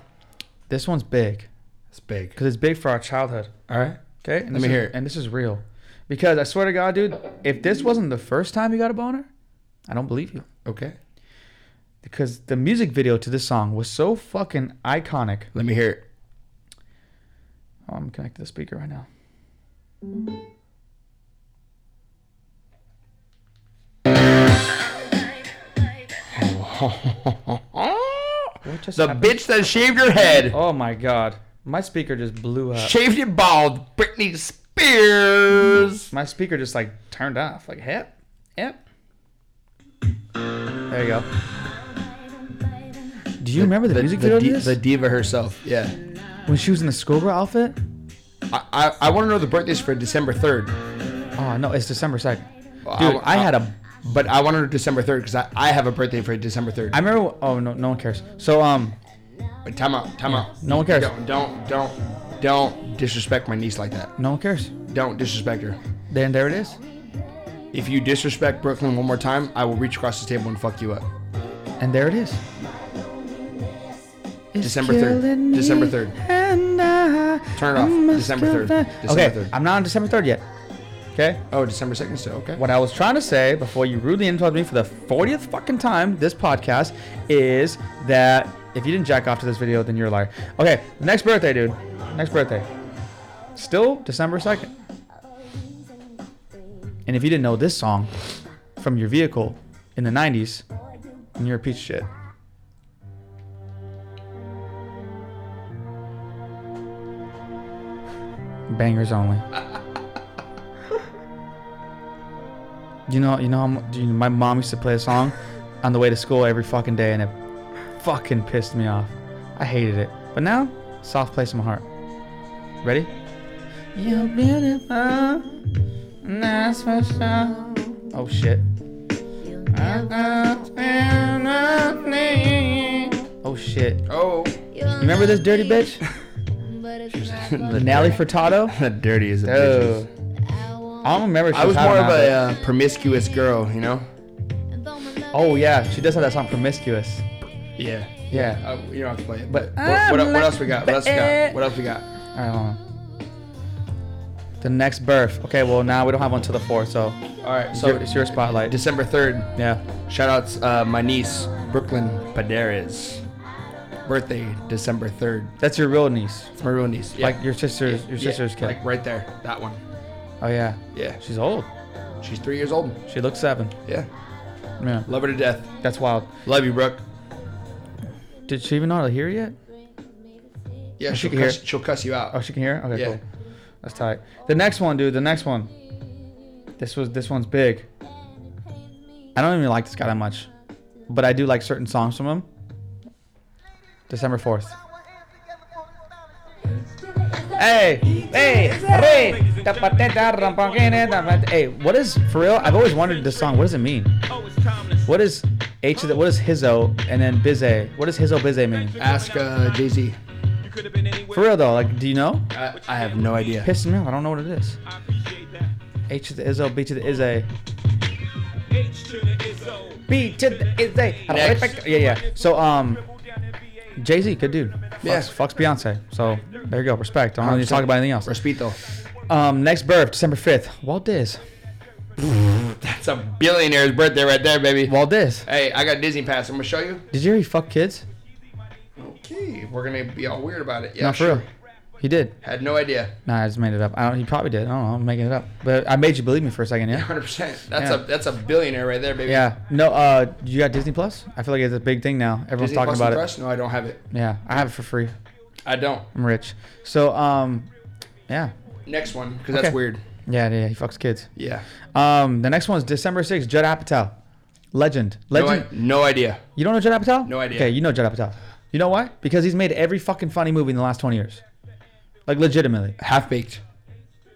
A: this one's big
B: It's big.
A: because it's big for our childhood.
B: All right.
A: Okay, and
B: Let
A: this
B: me
A: is-
B: hear it.
A: And this is real, because I swear to God, dude, if this wasn't the first time you got a boner, I don't believe you.
B: Okay.
A: Because the music video to this song was so fucking iconic.
B: Let me hear it.
A: Oh, I'm connected to the speaker right now. What just
B: the
A: happened?
B: bitch that shaved her head,
A: Oh my God, my speaker just blew up.
B: shaved it bald, Britney Spears.
A: My speaker just like turned off. Like hip, hip. There you go. Do you remember the, music video
B: di-
A: to this?
B: the diva herself. Yeah.
A: when she was in the schoolgirl outfit?
B: I, I, I want to know the birthdays for December 3rd.
A: Oh no, it's December second.
B: Well,
A: Dude, I,
B: I-
A: had a.
B: But I want to know December 3rd because I, I have a birthday for December 3rd.
A: I remember. wh- Oh no, no one cares. So um,
B: But time out, time out.
A: No one cares.
B: Don't, don't, don't, don't disrespect my niece like that.
A: no one cares.
B: Don't disrespect her.
A: Then there it is,
B: If you disrespect Brooklyn one more time, I will reach across the table and fuck you up.
A: and there it is. It's
B: December 3rd.
A: killing me,
B: December 3rd.
A: and I-
B: Turn it off.
A: I must
B: December 3rd.
A: confess-
B: December
A: okay,
B: 3rd.
A: I'm not on December third yet. Okay.
B: Oh, December 2nd still, okay.
A: What I was trying to say before you rudely interrupted me for the 40th fucking time this podcast is that if you didn't jack off to this video, then you're a liar. Okay, next birthday, dude. Next birthday. Still December 2nd. And if you didn't know this song from your vehicle in the 90s, then you're a piece of shit. Bangers only. you know, you know, how mu- do you- my mom used to play a song on the way to school every fucking day, and it fucking pissed me off. I hated it. But now, soft place in my heart. Ready? You're beautiful, and that's for sure. Oh shit. Oh shit.
B: Oh.
A: Remember this dirty bitch? Nelly Furtado?
B: Dirty as a
A: Oh.
B: bitch.
A: I don't remember. She
B: I was
A: hot or
B: more of
A: not,
B: a uh, promiscuous girl, you know?
A: but- Oh yeah, she does have that song "Promiscuous."
B: Yeah.
A: Yeah.
B: Uh, you don't have to play it.
A: But-
B: But what, what, what else we got? What else we got? What else we got?
A: All right, hold on. The next birth. Okay, well now we don't have one till the fourth, so
B: All right.
A: so
B: So
A: it's your spotlight.
B: December 3rd.
A: yeah.
B: Shout outs uh, my niece, Brooklyn Paderes. Birthday, December 3rd.
A: That's your real niece,
B: It's my real niece. Yeah.
A: like your sister's, your
B: Yeah,
A: sister's kid.
B: Like right there. That one.
A: oh yeah,
B: Yeah.
A: she's old.
B: She's three years old.
A: She looks seven.
B: Yeah.
A: Yeah,
B: Love her to death.
A: that's wild.
B: Love you, Brooke.
A: Did she even know how to hear yet?
B: Yeah,
A: She
B: she'll
A: can hear.
B: cuss, she'll cuss you out.
A: Oh, she can hear. Okay,
B: Yeah.
A: cool. That's tight. The next one, dude. The next one. This was this one's big. I don't even like this guy that much, but I do like certain songs from him. December fourth. Hey, hey, hey! Hey, what is for real? I've always wondered this song. What does it mean? What is H? What is Hizzo and then Bizay? What does Hizzo Bizay mean?
B: Ask uh, Jay Z.
A: For real though, like, do you know?
B: I, I have no idea.
A: Pissing me off. I don't know what it is. H to the Izzo, B to the Izze. B to the Izze. I don't-
B: Next.
A: Yeah, yeah. So, um, Jay Z, good dude. Fucks,
B: Yeah.
A: fucks Beyonce. So, there you go. Respect. I don't need to talk about anything else.
B: Respito.
A: Um, next birth, December 5th. Walt Diz.
B: That's a billionaire's birthday right there, baby.
A: Walt Diz.
B: Hey, I got Disney Pass. I'm gonna show you.
A: Did you hear he fucked kids?
B: Okay, we're gonna be all weird about it. Yeah,
A: Not for
B: sure.
A: real. He did.
B: Had no idea.
A: Nah, I just made it up. I don't, he probably did. I don't know. I'm making it up. But I made you believe me for a second, yeah?
B: 100. percent That's
A: Yeah.
B: a that's a billionaire right there, baby.
A: Yeah. No, uh, you got Disney Plus? I feel like it's a big thing now. Everyone's
B: Disney
A: talking
B: Plus
A: about
B: and
A: it.
B: Press? No, I don't have it.
A: Yeah. I have it for free.
B: I don't.
A: I'm rich. So, um, yeah.
B: Next one, because
A: Okay.
B: that's weird.
A: Yeah, yeah, he fucks kids.
B: Yeah.
A: Um, the next one's December 6th, Judd Apatow. Legend.
B: No,
A: Legend.
B: I, no idea.
A: you don't know Judd Apatow?
B: No idea.
A: Okay, you know Judd Apatow. You know why? Because he's made every fucking funny movie in the last 20 years. Like, legitimately.
B: Half baked.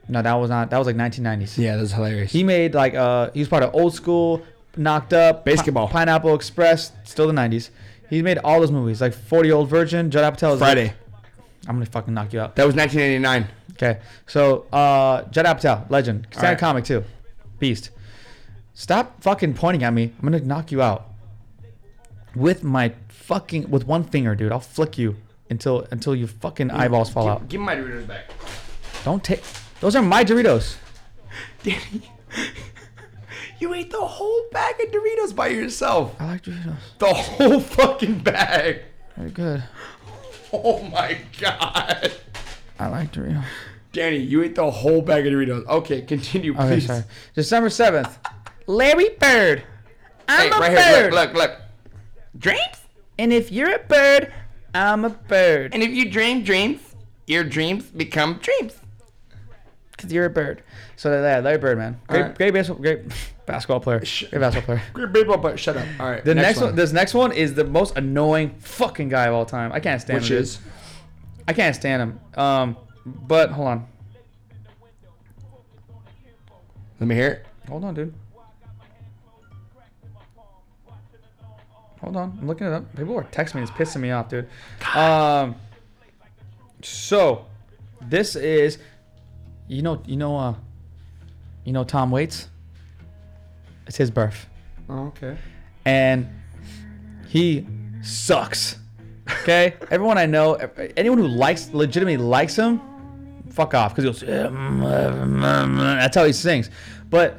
A: No, that was not, that was like 1990s.
B: Yeah, that's hilarious.
A: He made like, uh, he was part of Old School, Knocked Up, Pi-
B: Basketball.
A: Pineapple Express, still the 90s. He made all those movies, like 40 Year Old Virgin, Judd Apatow. is like-
B: Friday.
A: I'm gonna fucking knock you out.
B: That was 1989.
A: Okay, so uh, Judd Apatow, legend, stand
B: right.
A: comic too, beast. Stop fucking pointing at me. I'm gonna knock you out with my fucking with one finger, dude. I'll flick you until until your fucking eyeballs fall out.
B: Give, give me my Doritos back.
A: Don't take. Those are my Doritos.
B: Danny, you ate the whole bag of Doritos by yourself.
A: I like Doritos.
B: The whole fucking bag.
A: They're good.
B: Oh my god.
A: I like Doritos.
B: Danny, you ate the whole bag of Doritos. Okay, continue,
A: Okay,
B: please.
A: sorry. December seventh, Larry Bird. I'm
B: Hey,
A: a
B: right
A: bird.
B: here. Look, look, look. Dreams?
A: And if you're a bird, I'm a bird.
B: And if you dream dreams, your dreams become dreams.
A: Cause you're a bird. So yeah, Larry Bird, man. Great,
B: Alright.
A: great baseball, great basketball player. Great basketball player.
B: Great baseball player. Shut up. All right.
A: The next, one. this next one is the most annoying fucking guy of all time. I can't stand
B: which
A: him. dude.
B: is
A: I can't stand him. Um, but hold on,
B: let me hear it.
A: hold on, dude. Hold on, I'm looking it up. People are texting me. It's pissing me off, dude. Um, so this is, you know, you know, uh, you know, Tom Waits. It's his birth.
B: Oh, okay.
A: and he sucks. Okay, everyone I know, anyone who likes, legitimately likes him, fuck off, because he goes. That's how he sings, but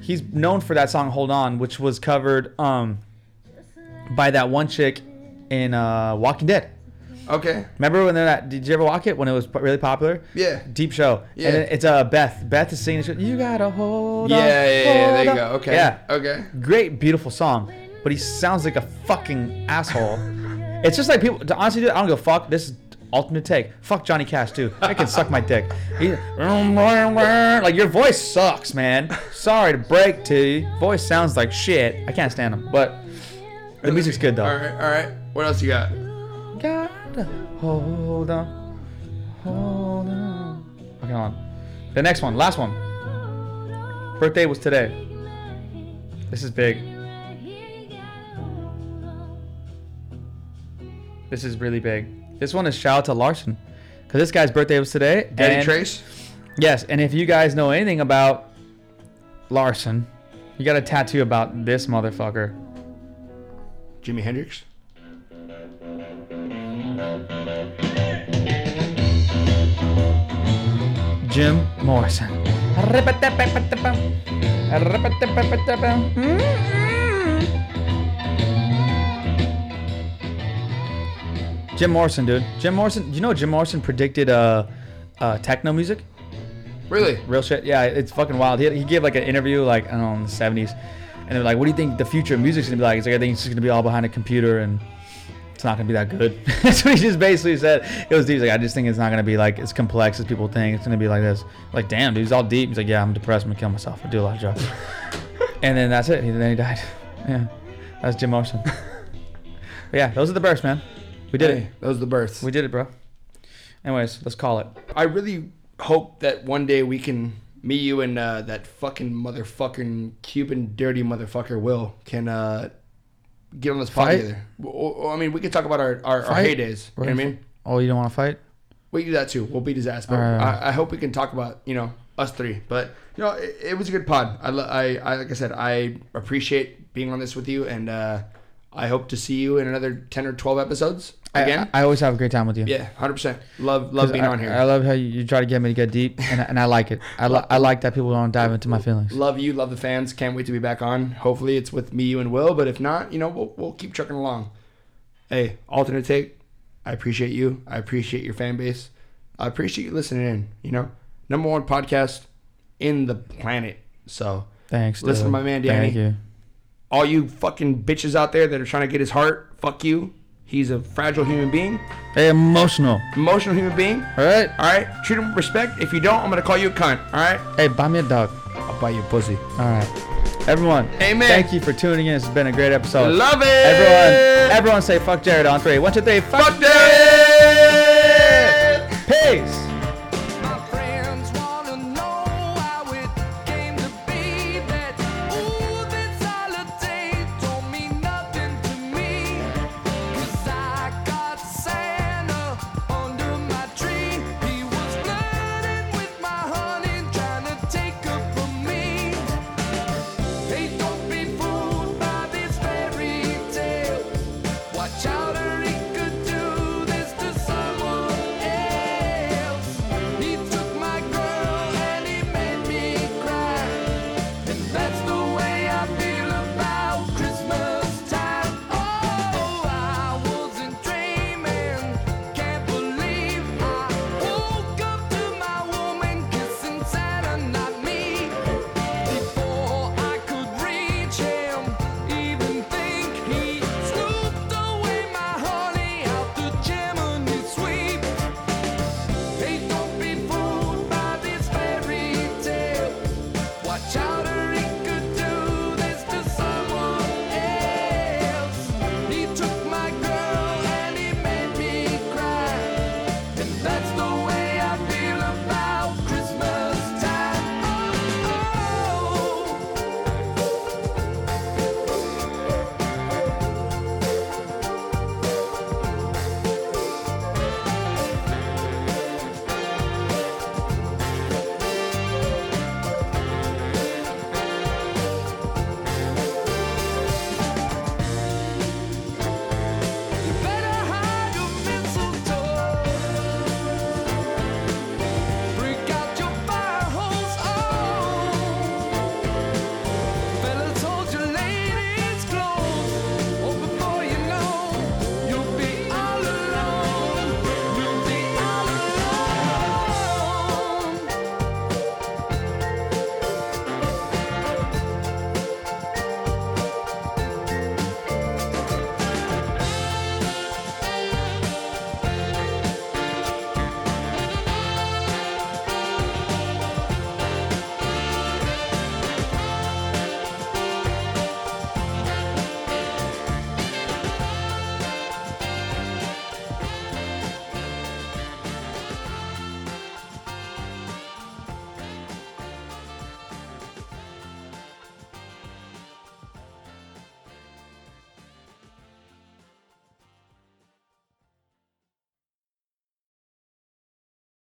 A: he's known for that song "Hold On," which was covered um by that one chick in uh, Walking Dead.
B: Okay.
A: Remember when they're that? Did you ever walk it when it was really popular?
B: Yeah.
A: Deep show.
B: Yeah.
A: And then it's uh Beth. Beth is singing. she goes, You gotta hold
B: Yeah,
A: on.
B: yeah, yeah. There you
A: hold
B: go.
A: on."
B: Okay.
A: Yeah
B: Okay.
A: great, beautiful song, but he sounds like a fucking asshole. It's just like people. To honestly, dude, I don't give a fuck. This Ultimate take. Fuck Johnny Cash too. I can suck my dick. He- like your voice sucks, man. Sorry to break to you. Voice sounds like shit. I can't stand him, but the music's good though.
B: All right, all right. What else you got?
A: Gotta hold on. Hold on. Okay, hold on. The next one, last one. Birthday was today. This is big. This is really big. This one is shout out to Larson. Because this guy's birthday was today.
B: Danny
A: and-
B: Trace.
A: Yes, and if you guys know anything about Larson, you got a tattoo about this motherfucker.
B: Jimi Hendrix.
A: Jim Morrison. Jim Morrison, dude. Jim Morrison. You know Jim Morrison predicted uh, uh, techno music?
B: Really?
A: Real shit. Yeah, it's fucking wild. He, he gave like an interview like I don't know in the seventies, and they're like, "What do you think the future of music's gonna be like?" He's like, "I think it's just gonna be all behind a computer and." It's not gonna be that good. That's what he just basically said. It was deep. He's like, I just think it's not gonna be like as complex as people think. It's gonna be like this. Like, damn, dude, he's all deep. He's like, yeah, I'm depressed. I'm gonna kill myself. I do a lot of drugs. and then that's it. He, then he died. Yeah, that's Jim Morrison. but yeah, those are the bursts, man. We did
B: Hey,
A: it.
B: those are the births.
A: We did it, bro. Anyways, let's call it.
B: I really hope that one day we can, me, you, and uh, that fucking motherfucking Cuban dirty motherfucker Will can uh, get on this pod
A: Fight?
B: together. Or, or- I mean, we could talk about our, our, our
A: Fight?
B: heydays. You know what I mean?
A: Oh, you don't want to fight?
B: We can do that too. We'll beat his ass. But
A: Alright.
B: I, I hope we can talk about you know us three. But you know, it, it was a good pod. I, lo- I, I like I said, I appreciate being on this with you, and uh, I hope to see you in another ten or twelve episodes
A: I-
B: again.
A: I, I always have a great time with you.
B: yeah, hundred percent. Love love being
A: I,
B: on here.
A: I love how you, you try to get me to get deep, and, I- and I like it. I, li- I like that people don't dive into my feelings.
B: Love you, love the fans. Can't wait to be back on. Hopefully, it's with me, you, and Will. But if not, you know, we'll, we'll keep trucking along. Hey, alternate take. I appreciate you. I appreciate your fan base. I appreciate you listening in. You know, number one podcast in the planet. So,
A: Thanks.
B: Listen to
A: dude.
B: my man,
A: Thank
B: Danny.
A: you.
B: all you fucking bitches out there that are trying to get his heart, fuck you. He's a fragile human being,
A: Hey, emotional.
B: emotional human being.
A: All right.
B: All right, treat him with respect. If you don't, I'm gonna call you a cunt. All right,
A: Hey, buy me a dog.
B: I'll buy you pussy.
A: All right. Everyone.
B: Amen.
A: Thank you for tuning in. It's been a great episode.
B: Love it.
A: Everyone. Everyone say fuck Jared on three. One, two, three. Fuck,
B: Fuck that!
A: Jared. Peace.